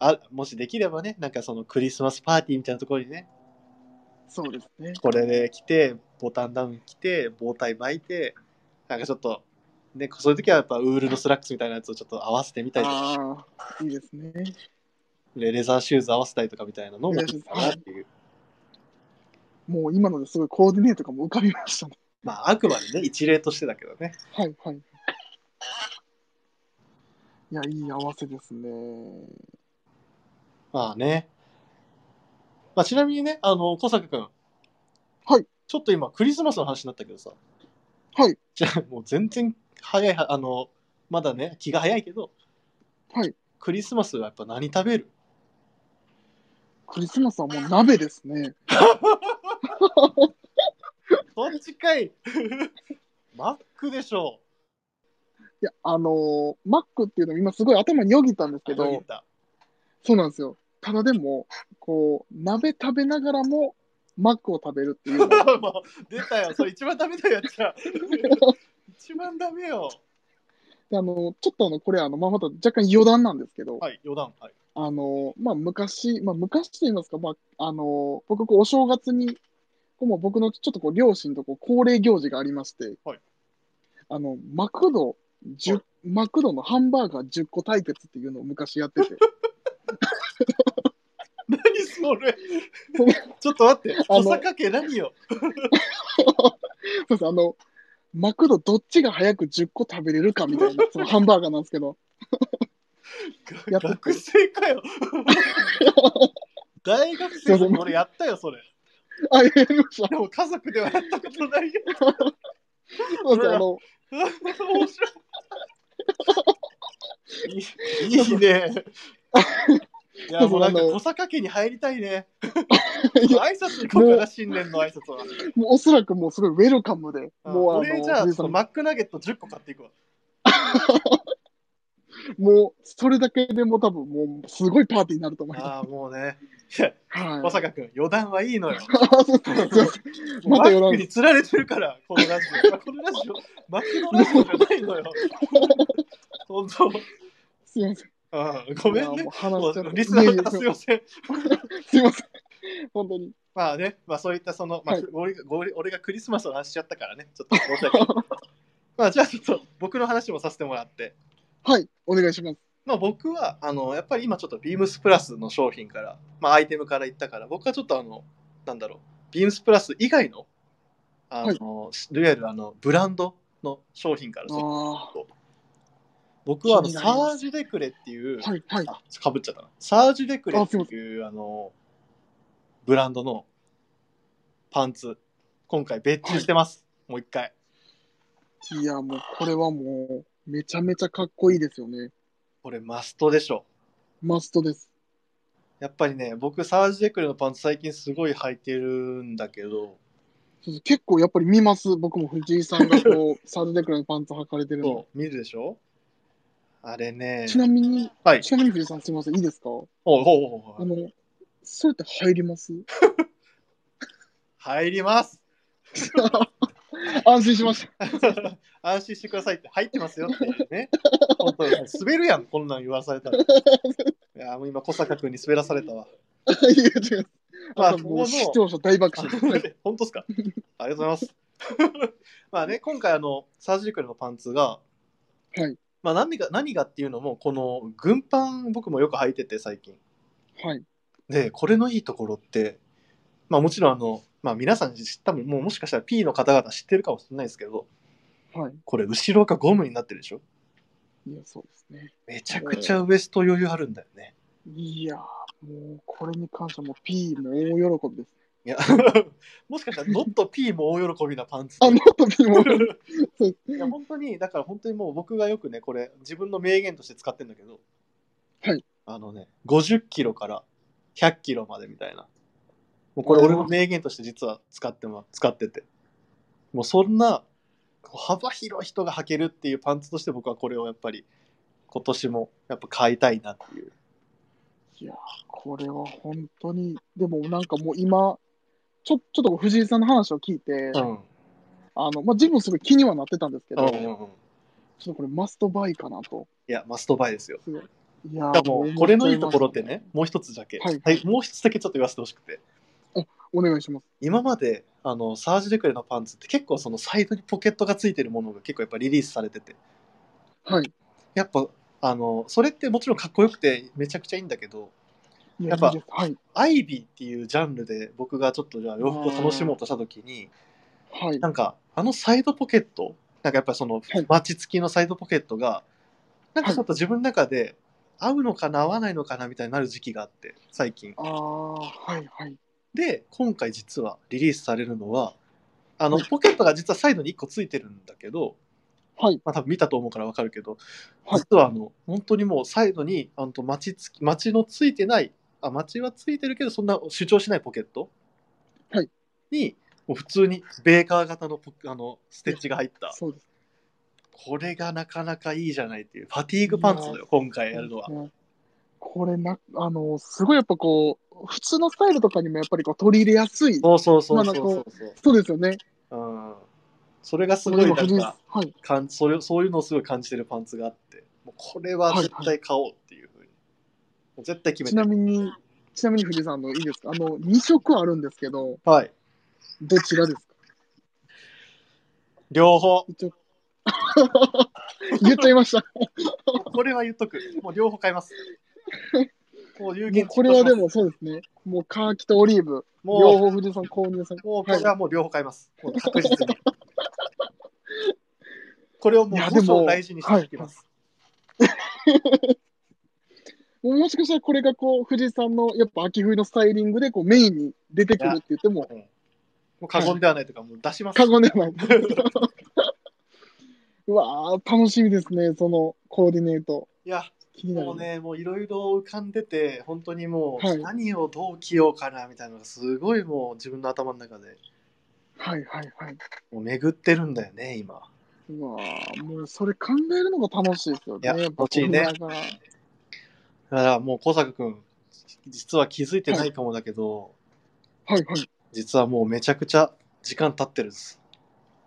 Speaker 1: あもしできればね、なんかそのクリスマスパーティーみたいなところにね、
Speaker 2: そうですね。
Speaker 1: これで来て、ボタンダウン着て、防体巻いて、なんかちょっと、ね、そういう時はやっぱウールのスラックスみたいなやつをちょっと合わせてみたりとか、
Speaker 2: ああ、いいですね。
Speaker 1: レレザーシューズ合わせたりとかみたいなのもいいかなっていう。
Speaker 2: もう今のですごいコーディネートがもう浮かびましたね。
Speaker 1: まあ、あくまでね、一例としてだけどね。
Speaker 2: はい、はい。いや、いい合わせですね。
Speaker 1: まあね。まあ、ちなみにね、あの、小坂くん。
Speaker 2: はい。
Speaker 1: ちょっと今、クリスマスの話になったけどさ。
Speaker 2: はい。
Speaker 1: じゃあ、もう全然早いは、あの、まだね、気が早いけど、
Speaker 2: はい。
Speaker 1: クリスマスはやっぱ何食べる
Speaker 2: クリスマスはもう鍋です (laughs) ね。
Speaker 1: そっちか
Speaker 2: (laughs)
Speaker 1: いマックでしょ
Speaker 2: いや、あのーマックっていうの今すごい頭によぎったんです
Speaker 1: う。
Speaker 2: け
Speaker 1: よぎっ
Speaker 2: ど、
Speaker 1: た
Speaker 2: そうなんですよ。ただでも、こう、鍋食べながらも、マックを食べるっていうのは
Speaker 1: もう出たよ、それ一番ダメだよ、やっち
Speaker 2: (laughs)
Speaker 1: ゃう。一番ダメよ。
Speaker 2: であのちょっとあのこれあの、まあ、また若干余談なんですけど、
Speaker 1: はい、余談。はい。
Speaker 2: あのまあ、昔、まあ、昔と言いますか、まあ、あの僕こうお正月にこうもう僕のちょっとこう両親とこう恒例行事がありまして、
Speaker 1: はい
Speaker 2: あのマクド10、
Speaker 1: は
Speaker 2: マクドのハンバーガー10個対決っていうのを昔やって (laughs) て
Speaker 1: 何それ
Speaker 2: ごめん
Speaker 1: (laughs) ちょっと待って、
Speaker 2: あの
Speaker 1: 小坂家何よ。
Speaker 2: そうですあのマクドどっちが早く10個食べれるかみた
Speaker 1: (laughs)
Speaker 2: いなそのハンバーガーなんですけどやっと
Speaker 1: 学生かよ。 (laughs) 大学生の頃俺やったよ、それ。
Speaker 2: あやりまし
Speaker 1: (laughs)
Speaker 2: た
Speaker 1: でも家族ではやったことないよ。
Speaker 2: そうですあの
Speaker 1: 面白い。いいいい (laughs) ね。いや、もうなんか小坂家に入りた (laughs) いね。挨
Speaker 2: いや
Speaker 1: 拶にここから新年の挨拶は。
Speaker 2: もうおそらくもうすごいウェルカムで、もうあ
Speaker 1: 俺じゃあ、ちょっ
Speaker 2: の、藤井さ
Speaker 1: と
Speaker 2: ん
Speaker 1: マックナゲット10個買ってい (laughs) くわ。
Speaker 2: もうそれだけでもう多分もうすごいパーティーになると思います。
Speaker 1: ああ、もうね。いや
Speaker 2: はい。
Speaker 1: 小坂君、余談はいいのよ。
Speaker 2: あそうそうそう
Speaker 1: もう
Speaker 2: ま
Speaker 1: マ
Speaker 2: た余談
Speaker 1: ックに釣られてるから、このラジオ。このラジオ、マックのラジオじゃないのよ。本
Speaker 2: すいません。
Speaker 1: 当。ああごめん
Speaker 2: いや
Speaker 1: ね
Speaker 2: もう。話
Speaker 1: も
Speaker 2: しちゃった
Speaker 1: うリスナーがすいません。
Speaker 2: すいません。本当に。
Speaker 1: まあね、まあそういったその、まあ
Speaker 2: はい
Speaker 1: 俺が俺俺がクリスマスの話しちゃったからね、ちょっと申し
Speaker 2: (laughs)
Speaker 1: 訳ない。まあじゃあちょっと僕の話もさせてもらって、
Speaker 2: はい、お願いします。
Speaker 1: まあ僕は、あの、やっぱり今ちょっとビームスプラスの商品から、まあアイテムからいったから、僕はちょっとあの、なんだろう、ビームスプラス以外の、あの、いわゆるあの、ブランドの商品から、
Speaker 2: あ
Speaker 1: 僕はあの、
Speaker 2: 気にな
Speaker 1: サ
Speaker 2: ります
Speaker 1: ージュデクレっていう、
Speaker 2: あ、はい、はい。
Speaker 1: あ、かぶっちゃったな。サージュデクレ
Speaker 2: あ
Speaker 1: っ
Speaker 2: すいま
Speaker 1: ていう、あの、ブランドのパンツ、今回別注してます。もう一回。
Speaker 2: いや、もうこれはもう、めちゃめちゃかっこいいですよね。
Speaker 1: これマストでしょ。
Speaker 2: マストです。
Speaker 1: やっぱりね、僕、サージュデクレのパンツ最近すごい履いてるんだけど、
Speaker 2: そうそう結構やっぱり見ます。僕も藤井さんがこう、サードデクラのパンツ履かれてるの。
Speaker 1: そう、見るでしょあれね。
Speaker 2: ちなみに、
Speaker 1: はい。
Speaker 2: ちなみに藤井さんすみません、いいですか
Speaker 1: おうおうおうお
Speaker 2: あ
Speaker 1: う
Speaker 2: の、それって入ります (laughs)
Speaker 1: 入ります。
Speaker 2: 安心しました。
Speaker 1: 安心してくださいって入ってますよっていう
Speaker 2: (laughs)
Speaker 1: ね。本当に滑るやん、こんなん言わされたら。いや、もう今、小坂君に滑らされたわ。
Speaker 2: いや、違う。
Speaker 1: まあ
Speaker 2: あ、も
Speaker 1: ここの
Speaker 2: う視聴者大爆 (laughs)
Speaker 1: あ
Speaker 2: 笑。
Speaker 1: 本当ですかありがとうございます。 (laughs) まあね、今回あの、サージリクルのパンツが、
Speaker 2: はい
Speaker 1: まあ何が何がっていうのも、この軍パン、僕もよく履いてて、最近。
Speaker 2: はい。
Speaker 1: で、これのいいところって、まあもちろんあの、まあ皆さん知ったももうもしかしたら P の方々知ってるかもしれないですけど、
Speaker 2: は
Speaker 1: これ後ろがゴムになってるでしょ
Speaker 2: い。いや、そうですね。
Speaker 1: めちゃくちゃウエスト余裕あるんだよね。
Speaker 2: いやー、もうこれに関してはもう P も大喜びです。
Speaker 1: いや、 (laughs) もしかしたらノット P も大喜びなパンツ。
Speaker 2: あ、ノット P も大喜び。そう
Speaker 1: いや本当にだから本当にもう僕がよくねこれ自分の名言として使ってるんだけど、
Speaker 2: はい、
Speaker 1: あのね50キロから100キロまでみたいなもうこれ俺の名言として実は使っても使っててもうそんなこう幅広い人が履けるっていうパンツとして僕はこれをやっぱり今年もやっぱ買いたいなっていう
Speaker 2: いやー、これは本当に、でもなんかもう今、ちょちょっと藤井さんの話を聞いて、
Speaker 1: うん
Speaker 2: あのまあ、自分もすごい気にはなってたんですけ
Speaker 1: う
Speaker 2: ど、
Speaker 1: んう
Speaker 2: ちょっ
Speaker 1: んうん
Speaker 2: とこれマストバイかなと。
Speaker 1: いやマストバイですよ
Speaker 2: すごいいや
Speaker 1: で
Speaker 2: ー、
Speaker 1: も
Speaker 2: う
Speaker 1: これのいいところってね、もう一つだけ、
Speaker 2: はい
Speaker 1: はい、もう一つだけちょっと言わせてほしくて
Speaker 2: お願いします。
Speaker 1: 今まであのサージデクレのパンツって結構そのサイドにポケットがついてるものが結構やっぱリリースされてて
Speaker 2: はい。
Speaker 1: やっぱあのそれってもちろんかっこよくてめちゃくちゃいいんだけど
Speaker 2: い
Speaker 1: や
Speaker 2: や
Speaker 1: っぱ
Speaker 2: いいですはい。
Speaker 1: アイビーっていうジャンルで僕がちょっとじゃあ洋服を楽しもうとした時に
Speaker 2: はい。
Speaker 1: なんかあのサイドポケットなんかやっぱその
Speaker 2: はい
Speaker 1: マチ付きのサイドポケットがなんかちょっと自分の中で合うのかな合わないのかなみたいになる時期があって最近
Speaker 2: あー、はい、はい。
Speaker 1: で今回実はリリースされるのはあの
Speaker 2: はい
Speaker 1: ポケットが実はサイドに1個ついてるんだけど
Speaker 2: はい。
Speaker 1: まあ、多分見たと思うから分かるけど、
Speaker 2: はい
Speaker 1: 実はあの本当にもうサイドにあの町つき町のついてないあ町はついてるけどそんな主張しないポケット、
Speaker 2: はい
Speaker 1: にもう普通にベーカー型のポあのステッチが入った
Speaker 2: そうです。
Speaker 1: これがなかなかいいじゃないっていうファティーグパンツだ
Speaker 2: い
Speaker 1: よ今回やるのは。
Speaker 2: ねこれな、あの、すごいやっぱこう、普通のスタイルとかにもやっぱりこう取り入れやすい。
Speaker 1: そうそうそう
Speaker 2: ま
Speaker 1: そう
Speaker 2: あなんか
Speaker 1: そ
Speaker 2: こ
Speaker 1: うそう
Speaker 2: そうですよね。
Speaker 1: うん、それがす
Speaker 2: こ
Speaker 1: ご
Speaker 2: れ
Speaker 1: い
Speaker 2: 今
Speaker 1: な
Speaker 2: 藤
Speaker 1: ん
Speaker 2: 井
Speaker 1: か
Speaker 2: さんはい。
Speaker 1: かんそれそういうのをすごい感じてるパンツがあってもうこれは絶対買おうっていうふうに、もう絶対決め
Speaker 2: ち
Speaker 1: て
Speaker 2: な
Speaker 1: る
Speaker 2: みに、ちなみに藤井さん、あの、いいですかあの、2色あるんですけど、
Speaker 1: はい
Speaker 2: どちらですか
Speaker 1: 両方
Speaker 2: 一応言っちゃ
Speaker 1: (laughs)
Speaker 2: いました。
Speaker 1: これは言っとくもう両方買いますもう有
Speaker 2: もう
Speaker 1: 言
Speaker 2: これはで
Speaker 1: も
Speaker 2: もそうですね。もうカーキとオリーブ、両
Speaker 1: も
Speaker 2: 方藤井さん購入され
Speaker 1: うもうこれはもう両方買いますもう確実にこれをも
Speaker 2: いうや
Speaker 1: も
Speaker 2: で
Speaker 1: ち
Speaker 2: も
Speaker 1: ろん大事にしていきます、
Speaker 2: もうもしかしたらこれがこう、藤井さんのやっぱ秋冬のスタイリングでこうメインに出てくるって言っても
Speaker 1: うんもう過言ではないというかもう出します、
Speaker 2: 過言ではない。うわー、楽しみですね、そのコーディネート。
Speaker 1: (laughs) いや
Speaker 2: 気にな
Speaker 1: も
Speaker 2: る
Speaker 1: う
Speaker 2: ね。
Speaker 1: ね、もういろいろ浮かんでて、本当にもう、
Speaker 2: はい
Speaker 1: 何をどう着ようかなみたいなのが、すごいもう自分の頭の中で、
Speaker 2: はいはいはい。
Speaker 1: もう巡ってるんだよね、今。
Speaker 2: うわー、もうそれ考えるのが楽しいですよ
Speaker 1: い
Speaker 2: ね。
Speaker 1: や
Speaker 2: やっぱ
Speaker 1: 楽しいね
Speaker 2: この中
Speaker 1: だからもう小坂君、実は気づいてないかもだけど、
Speaker 2: はいはい。
Speaker 1: 実はもうめちゃくちゃ時間経ってるんです。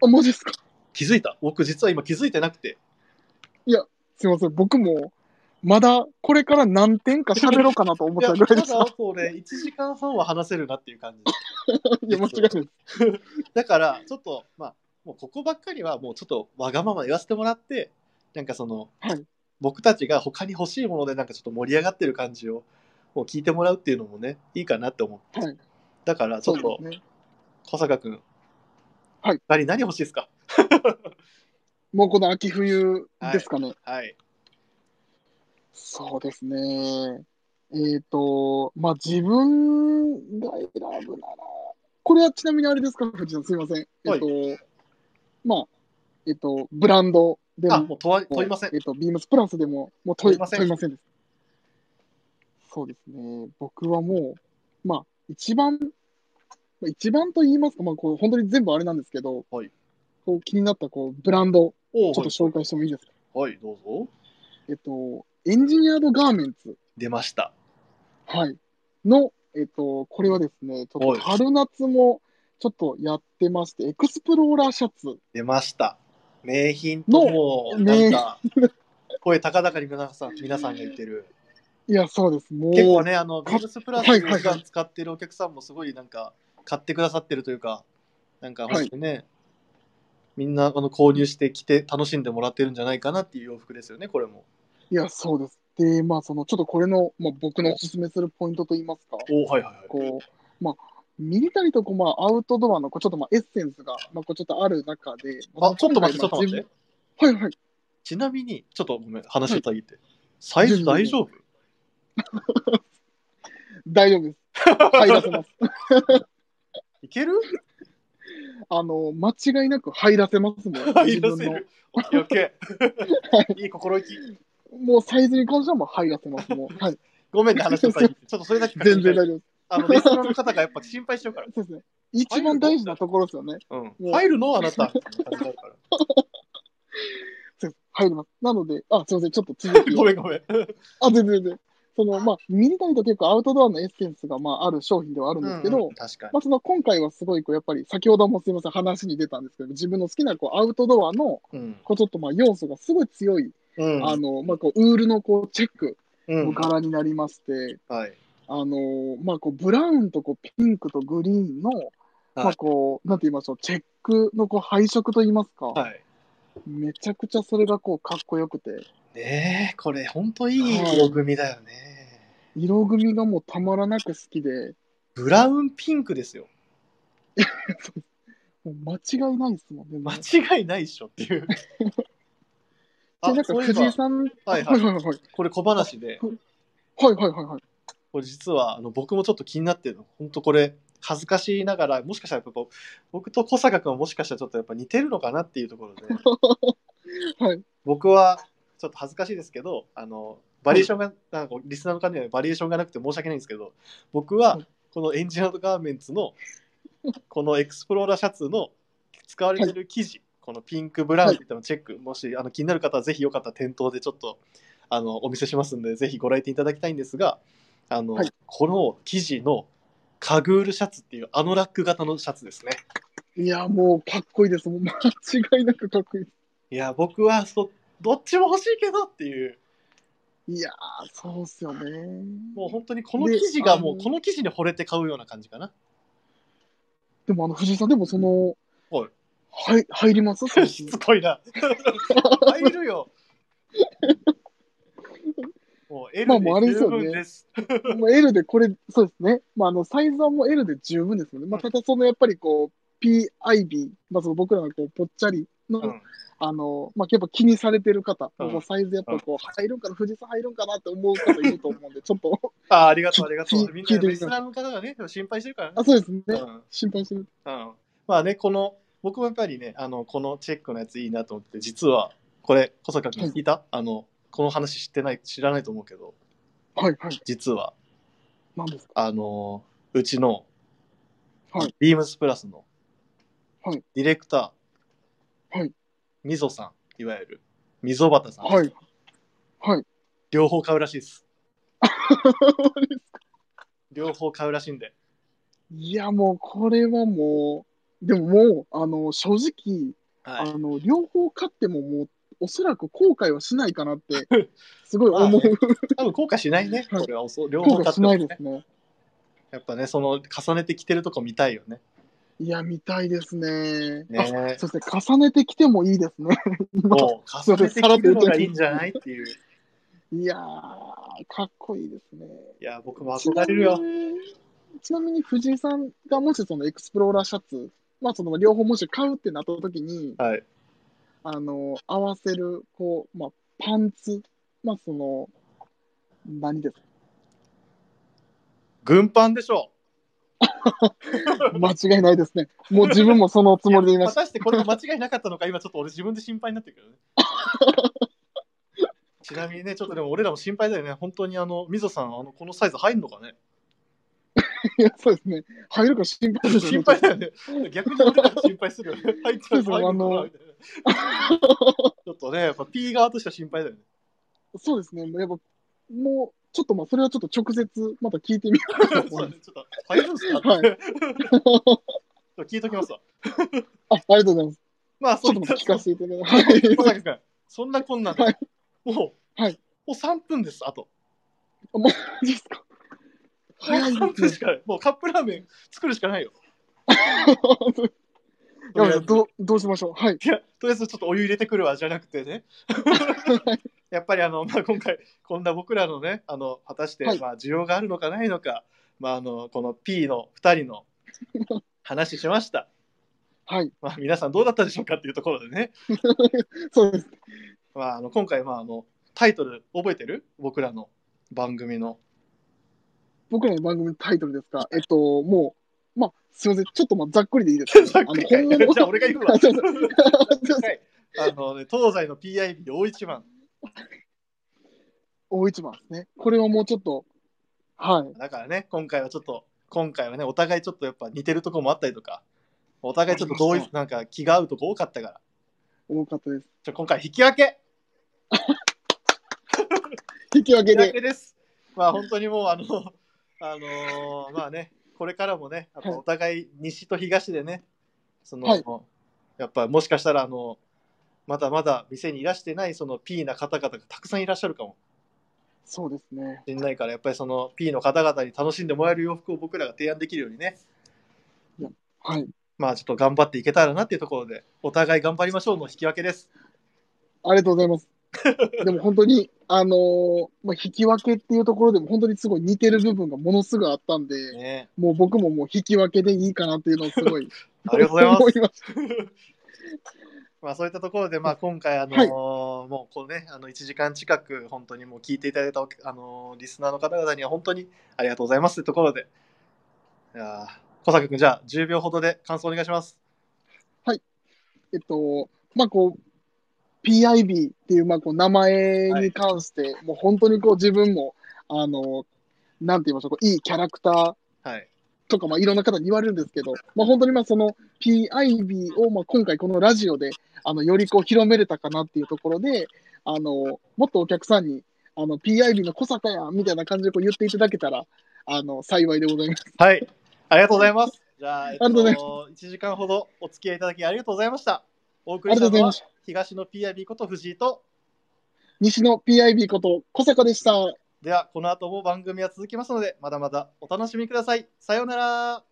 Speaker 2: あ、マジですか
Speaker 1: 気づいた僕実は今気づいてなくて。
Speaker 2: すいません、僕も、まだこれから何点か喋ろうかなと思っ
Speaker 1: いや、
Speaker 2: た
Speaker 1: ま
Speaker 2: ぐ
Speaker 1: だ
Speaker 2: らいです。いや、
Speaker 1: そうね、1時間半は話せるなっていう感じです。
Speaker 2: 間違 (laughs) いないです。
Speaker 1: (laughs) だから、ちょっと、まあ、もうここばっかりは、もうちょっとわがまま言わせてもらって、なんかその、
Speaker 2: はい
Speaker 1: 僕たちが他に欲しいもので、なんかちょっと盛り上がってる感じを、もう聞いてもらうっていうのもね、いいかなって思って。
Speaker 2: はい
Speaker 1: だから、ちょ
Speaker 2: そ
Speaker 1: っ
Speaker 2: うで
Speaker 1: と
Speaker 2: す、ね。
Speaker 1: 小坂君。
Speaker 2: はい。
Speaker 1: 何、何欲しいですか
Speaker 2: もうこの秋冬ですかね。
Speaker 1: はい。
Speaker 2: そうですね。えっ、と、まあ、自分が選ぶなら、これはちなみにあれですか、藤井さん、すいません。えっ、と、まあ、えっ、と、ブランドで
Speaker 1: あ、
Speaker 2: も、
Speaker 1: もう問わ問いません
Speaker 2: え。っ、と、ビームスプラスでも、もう問
Speaker 1: 問い
Speaker 2: い
Speaker 1: ません
Speaker 2: 問いませんです。そうですね。僕はもう、まあ、一番、まあ一番と言いますか、まあ、こう本当に全部あれなんですけど、
Speaker 1: はい
Speaker 2: こう気になったこうブランド、
Speaker 1: お
Speaker 2: ちょっと
Speaker 1: う
Speaker 2: 紹介してもいいですか。
Speaker 1: はい、どうぞ。
Speaker 2: えっ、と、エンジニアードガーメンツ。
Speaker 1: 出ました。
Speaker 2: はい。の、えっと、これはですね、ちょ
Speaker 1: は
Speaker 2: っ
Speaker 1: い
Speaker 2: と春夏もちょっとやってまして、エクスプローラーシャツ。
Speaker 1: 出ました。名品ともう、なんか、声高々に皆さん、皆さんが言ってる。
Speaker 2: いや、そうです。もう、
Speaker 1: 結構ね、あの、ビ
Speaker 2: か
Speaker 1: ームスプラス
Speaker 2: は
Speaker 1: を
Speaker 2: いはいはい
Speaker 1: 普段使ってるお客さんもすごいなんか、買ってくださってるというか、なんか本当にね、みんなこの購入してきて楽しんでもらってるんじゃないかなっていう洋服ですよね、これも。
Speaker 2: いや、そうです。で、まあ、その、ちょっとこれの、まあ、僕のおすすめするポイントといいますか、
Speaker 1: おはいはいはい。
Speaker 2: こう、まあ、ミリタリーとこう、まあ、アウトドアの、こう、ちょっと、まあ、エッセンスが、まあ、こう、ちょっとある中で、
Speaker 1: あ、ちょっと待って、ちょっと待って。
Speaker 2: て。はいはい。
Speaker 1: ちなみに、ちょっとごめん、話を遮って。サイズ大丈夫
Speaker 2: 大丈夫です。入らせます。 (laughs)
Speaker 1: いける
Speaker 2: あの、間違いなく入らせますもん。
Speaker 1: (laughs) 入らせ
Speaker 2: 自分の
Speaker 1: る。オッケーオッケー。 (laughs) いい心意気。
Speaker 2: もうサイズに関してはもう入らせます。もう、はい。
Speaker 1: ごめんね、話を遮って。ちょっとそれだけ確認
Speaker 2: 全然大丈夫です。
Speaker 1: あの、レストランの方がやっぱ心配しちゃうから。
Speaker 2: そうですね。一番大事なところですよね。
Speaker 1: う
Speaker 2: も
Speaker 1: ん。
Speaker 2: う
Speaker 1: 入るのあなた。 (laughs) みたいな感じになるから
Speaker 2: そうです入ります。なので、あ、すいません。ちょっと続
Speaker 1: (laughs)
Speaker 2: き
Speaker 1: ご。めんごめん。
Speaker 2: あ、全然全然。その、まあ、ミリタリーと結構アウトドアのエッセンスが、まあ、ある商品ではあるんですけど、
Speaker 1: うん確かに
Speaker 2: まあ、その、今回はすごい、こう、やっぱり、先ほどもすいません、話に出たんですけど、自分の好きな、こう、アウトドアの、
Speaker 1: うん
Speaker 2: こう、ちょっと、まあ、要素がすごい強い、
Speaker 1: うん
Speaker 2: あの、まあ、こう、ウールの、こう、チェック
Speaker 1: う
Speaker 2: の
Speaker 1: ん
Speaker 2: 柄になりまして、
Speaker 1: はい
Speaker 2: あのーまあ、こうブラウンとこうピンクとグリーンの、まあ、こうなんて言いましょうチェックのこう配色と言いますか、
Speaker 1: はい
Speaker 2: めちゃくちゃそれがこうかっこよくて
Speaker 1: ねえこれ本当いい色組だよね
Speaker 2: 色組みがもうたまらなく好きで
Speaker 1: ブラウンピンクですよ
Speaker 2: もう間違いないですもんね。
Speaker 1: 間違いないっしょって (laughs) いうあ
Speaker 2: でなんか
Speaker 1: そういえ
Speaker 2: 藤井
Speaker 1: ば
Speaker 2: さん、
Speaker 1: はいはい
Speaker 2: (laughs) はいはいはい
Speaker 1: これ小話で
Speaker 2: はいはいはいはい
Speaker 1: これ実はあの僕もちょっと気になってるの本当これ恥ずかしながらもしかしたらやっぱ僕と小坂君はもしかしたらちょっとやっぱ似てるのかなっていうところで
Speaker 2: (laughs) はい
Speaker 1: 僕はちょっと恥ずかしいですけどあのバリエーションが、なんかリスナーの方にはバリエーションがなくて申し訳ないんですけど僕は
Speaker 2: はい
Speaker 1: このエンジニアドガーメンツのこのエクスプローラーシャツの使われてる生地、このピンクブラウンっていったのチェック、もしあの気になる方はぜひよかったら店頭でちょっとあのお見せしますんで、ぜひご来店いただきたいんですが、あの、
Speaker 2: はい
Speaker 1: この生地のカグールシャツっていうあのラック型のシャツですね。
Speaker 2: いや、もうかっこいいです。もう間違いなくかっこいいで
Speaker 1: いや、僕はそどっちも欲しいけどっていう、
Speaker 2: す。いやー、そうっすよね。
Speaker 1: もう本当にこの
Speaker 2: で
Speaker 1: 生地が
Speaker 2: あの
Speaker 1: もうこの生地に惚れて買うような感じかな。
Speaker 2: でも、あの、藤井さん、でもその、。
Speaker 1: はい
Speaker 2: はい、入りますそ
Speaker 1: (laughs)
Speaker 2: の
Speaker 1: しつこいな。入るよ。もう L
Speaker 2: まあもうあれ
Speaker 1: で
Speaker 2: です
Speaker 1: 十
Speaker 2: よね
Speaker 1: 分です。
Speaker 2: まあ、L でこれ、そうですね。まあ、あの、サイズはもう L で十分ですよね。まあ、ただその、やっぱりこう、PIB、まあ、その僕らのこう、ぽっちゃりの、
Speaker 1: うん
Speaker 2: あの、まあ、やっぱ気にされてる方、
Speaker 1: うん
Speaker 2: もうサイズやっぱこう、入るんかな、富士山入るんかなって思う方いると思うんで、ちょっと、
Speaker 1: あありがとう、ありがと。
Speaker 2: 聞いう
Speaker 1: みんな
Speaker 2: 聞いて
Speaker 1: リ
Speaker 2: みま
Speaker 1: ス
Speaker 2: す
Speaker 1: ナーの方がね、心配してるからね
Speaker 2: あ、。そうですね。
Speaker 1: うん
Speaker 2: 心配してる。
Speaker 1: うんまあね、この、僕もやっぱりね、あの、このチェックのやついいなと思って、実は、これ、小坂君聞いた、あの、この話知ってない、知らないと思うけど、
Speaker 2: はい、はい。
Speaker 1: 実は、
Speaker 2: なんですか
Speaker 1: あの、うちの、
Speaker 2: はい
Speaker 1: ビームスプラスの、
Speaker 2: はい
Speaker 1: ディレクター、
Speaker 2: はい
Speaker 1: みぞさん、いわゆる、みぞばたさん、
Speaker 2: はい。はい。
Speaker 1: 両方買うらしいで
Speaker 2: (laughs)
Speaker 1: す。両方買うらしいんで。
Speaker 2: いや、もう、これはもう、でももう、あの、正直、
Speaker 1: は
Speaker 2: あの、両方買ってももう、おそらく後悔はしないか
Speaker 1: (laughs)
Speaker 2: なって、すごい思う。
Speaker 1: まあね多分後悔しないね、
Speaker 2: はい
Speaker 1: これはおそ。両
Speaker 2: 後
Speaker 1: 方
Speaker 2: 悔
Speaker 1: 買っ
Speaker 2: して
Speaker 1: も
Speaker 2: な
Speaker 1: ね
Speaker 2: いですね。
Speaker 1: やっぱね、その、重ねてきてるとこ見たいよね。
Speaker 2: いや、見たいですね。
Speaker 1: ね
Speaker 2: あそうですね、重ねてきてもいいですね。
Speaker 1: もう重ねてきるのがいいんじゃないっていう。い
Speaker 2: いやー、かっこいいですね。
Speaker 1: や、僕も憧れるよ
Speaker 2: ち。なみに。ちなみに藤井さんがもしそのエクスプローラーシャツ、まあその両方もし買うってなった時に、
Speaker 1: はい。
Speaker 2: あの、合わせる、こう、まあパンツ、まあその、何です
Speaker 1: 軍パンでしょ
Speaker 2: か間違いないですね。もう自分もそのつ
Speaker 1: う。
Speaker 2: もりでいま
Speaker 1: 果
Speaker 2: した。
Speaker 1: たしてこれが間違いなかったのか、今ちょっと俺自分で心配になってるけど
Speaker 2: (laughs)
Speaker 1: ね。ちなみにね、ちょっとでも俺らも心配だよね。本当にあの、みぞさん、あの、このサイズ入るのかね。
Speaker 2: いやそうですね。入るか心配ですね
Speaker 1: 心配だよね。逆に俺らが心配するよね。入っちゃうと入るのかなみたいな。ちょっとね、やっぱ P 側としては心配だよね。
Speaker 2: そうですね。やっぱ、もう、ちょっとまあ、それはちょっと直接、また聞いてみようか
Speaker 1: (laughs)
Speaker 2: と
Speaker 1: そ
Speaker 2: 思
Speaker 1: う
Speaker 2: い
Speaker 1: ね
Speaker 2: ま
Speaker 1: ちょっと、入るんすか、
Speaker 2: は
Speaker 1: (laughs)
Speaker 2: い
Speaker 1: ちょっと聞いときますわ。
Speaker 2: あ、ありがとうございます。
Speaker 1: まあ、
Speaker 2: ちょ
Speaker 1: そ
Speaker 2: っと
Speaker 1: ん
Speaker 2: また
Speaker 1: な
Speaker 2: 聞かせていただき
Speaker 1: (laughs) 小
Speaker 2: ます。はい。
Speaker 1: 崎君、そんなこんなんで、
Speaker 2: はい
Speaker 1: もう、
Speaker 2: はい
Speaker 1: もう3分です、あと。
Speaker 2: もう、いいですか
Speaker 1: もう
Speaker 2: 早い
Speaker 1: 3
Speaker 2: で
Speaker 1: 分
Speaker 2: す
Speaker 1: し
Speaker 2: ね。
Speaker 1: かない。もうカップラーメン作るしかないよ。
Speaker 2: やばい
Speaker 1: とりあえず
Speaker 2: どう、どうしましょう。はい。
Speaker 1: いや、とりあえずちょっとお湯入れてくるわ、じゃなくて
Speaker 2: (laughs)
Speaker 1: ね。やっぱりあの、まあ、今回、こんな僕らのね、あの、果たして、
Speaker 2: はい
Speaker 1: まあ、需要があるのかないのか、まあ、あの、この P の2人の話しました。
Speaker 2: はい。
Speaker 1: まあ、皆さんどうだったでしょうかっていうところでね。
Speaker 2: そうです。
Speaker 1: まあ、あの、今回、まあ、あの、タイトル覚えてる僕らの番組の。
Speaker 2: 僕らの番組のタイトルですか。えっと、もう、まあ、すいません。ちょっとまあ、ざっくりでいいですか。
Speaker 1: (laughs) ざっくりかい
Speaker 2: あの、本物。
Speaker 1: じゃあ俺が言うわ
Speaker 2: (laughs) あすいませんすいません
Speaker 1: はい。あのね、東西の PIB 大一番。
Speaker 2: 大一番ですね。これはもうちょっと、はい。
Speaker 1: だからね、今回はちょっと、今回はね、お互いちょっとやっぱ似てるとこもあったりとか、お互いちょっと同
Speaker 2: ありま
Speaker 1: 一、なんか気が合うとこ多かったから、
Speaker 2: 多かったです。
Speaker 1: ちょ今回引き分け
Speaker 2: 引き分け
Speaker 1: 引き分
Speaker 2: で。
Speaker 1: けです。まあ本当にもうあの、 (laughs) あのーまあね、これからもね、やっぱお互い西と東でね、その、
Speaker 2: はい
Speaker 1: やっぱもしかしたらあの、まだまだ店にいらしてないその P な方々がたくさんいらっしゃるかも
Speaker 2: そうですね。
Speaker 1: しれないから、やっぱりその P の方々に楽しんでもらえる洋服を僕らが提案できるようにね、
Speaker 2: はい。
Speaker 1: まあちょっと頑張っていけたらなっていうところで、お互い頑張りましょうの引き分けです。
Speaker 2: ありがとうござ
Speaker 1: (laughs)
Speaker 2: います。でも本当に、あのーまあ、引き分けっていうところでも本当にすごい似てる部分がものすごいあったんで、
Speaker 1: ね、
Speaker 2: もう僕ももう引き分けでいいかなっていうのをすごい
Speaker 1: (laughs) ありがとうございます
Speaker 2: 思ました。
Speaker 1: まあそういったところで、まあ、今回、あのー
Speaker 2: はい
Speaker 1: もうこうね、あの1時間近く、本当にもう聞いていただいたお客、あのーリスナーの方々には本当にありがとうございますというところで、いやー小坂君、じゃあ10秒ほどで感想お願いします。
Speaker 2: えっと、まあこう、PIB っていうまあこう名前に関して、もう本当にこう自分も、あのーなんて言いましょうこう、いいキャラクター
Speaker 1: はい。
Speaker 2: とか、まあ、いろんな方に言われるんですけど、まあ、本当にまあその PIB をまあ今回このラジオであのよりこう広めれたかなっていうところであのもっとお客さんにあの、PIB の小坂やんみたいな感じでこう言っていただけたら、あの、幸いでございます。
Speaker 1: はい。ありがとうございます。じゃあ、えっと、
Speaker 2: ありがとうござい
Speaker 1: 1時間ほどお付き合いいただきありがとうございました。お送りした
Speaker 2: ありがとうござ
Speaker 1: の
Speaker 2: い
Speaker 1: は
Speaker 2: まし
Speaker 1: 東の PIB こと藤井と、
Speaker 2: 西の PIB こと小坂でした。
Speaker 1: では、この後も番組は続きますので、まだまだお楽しみください。さようなら。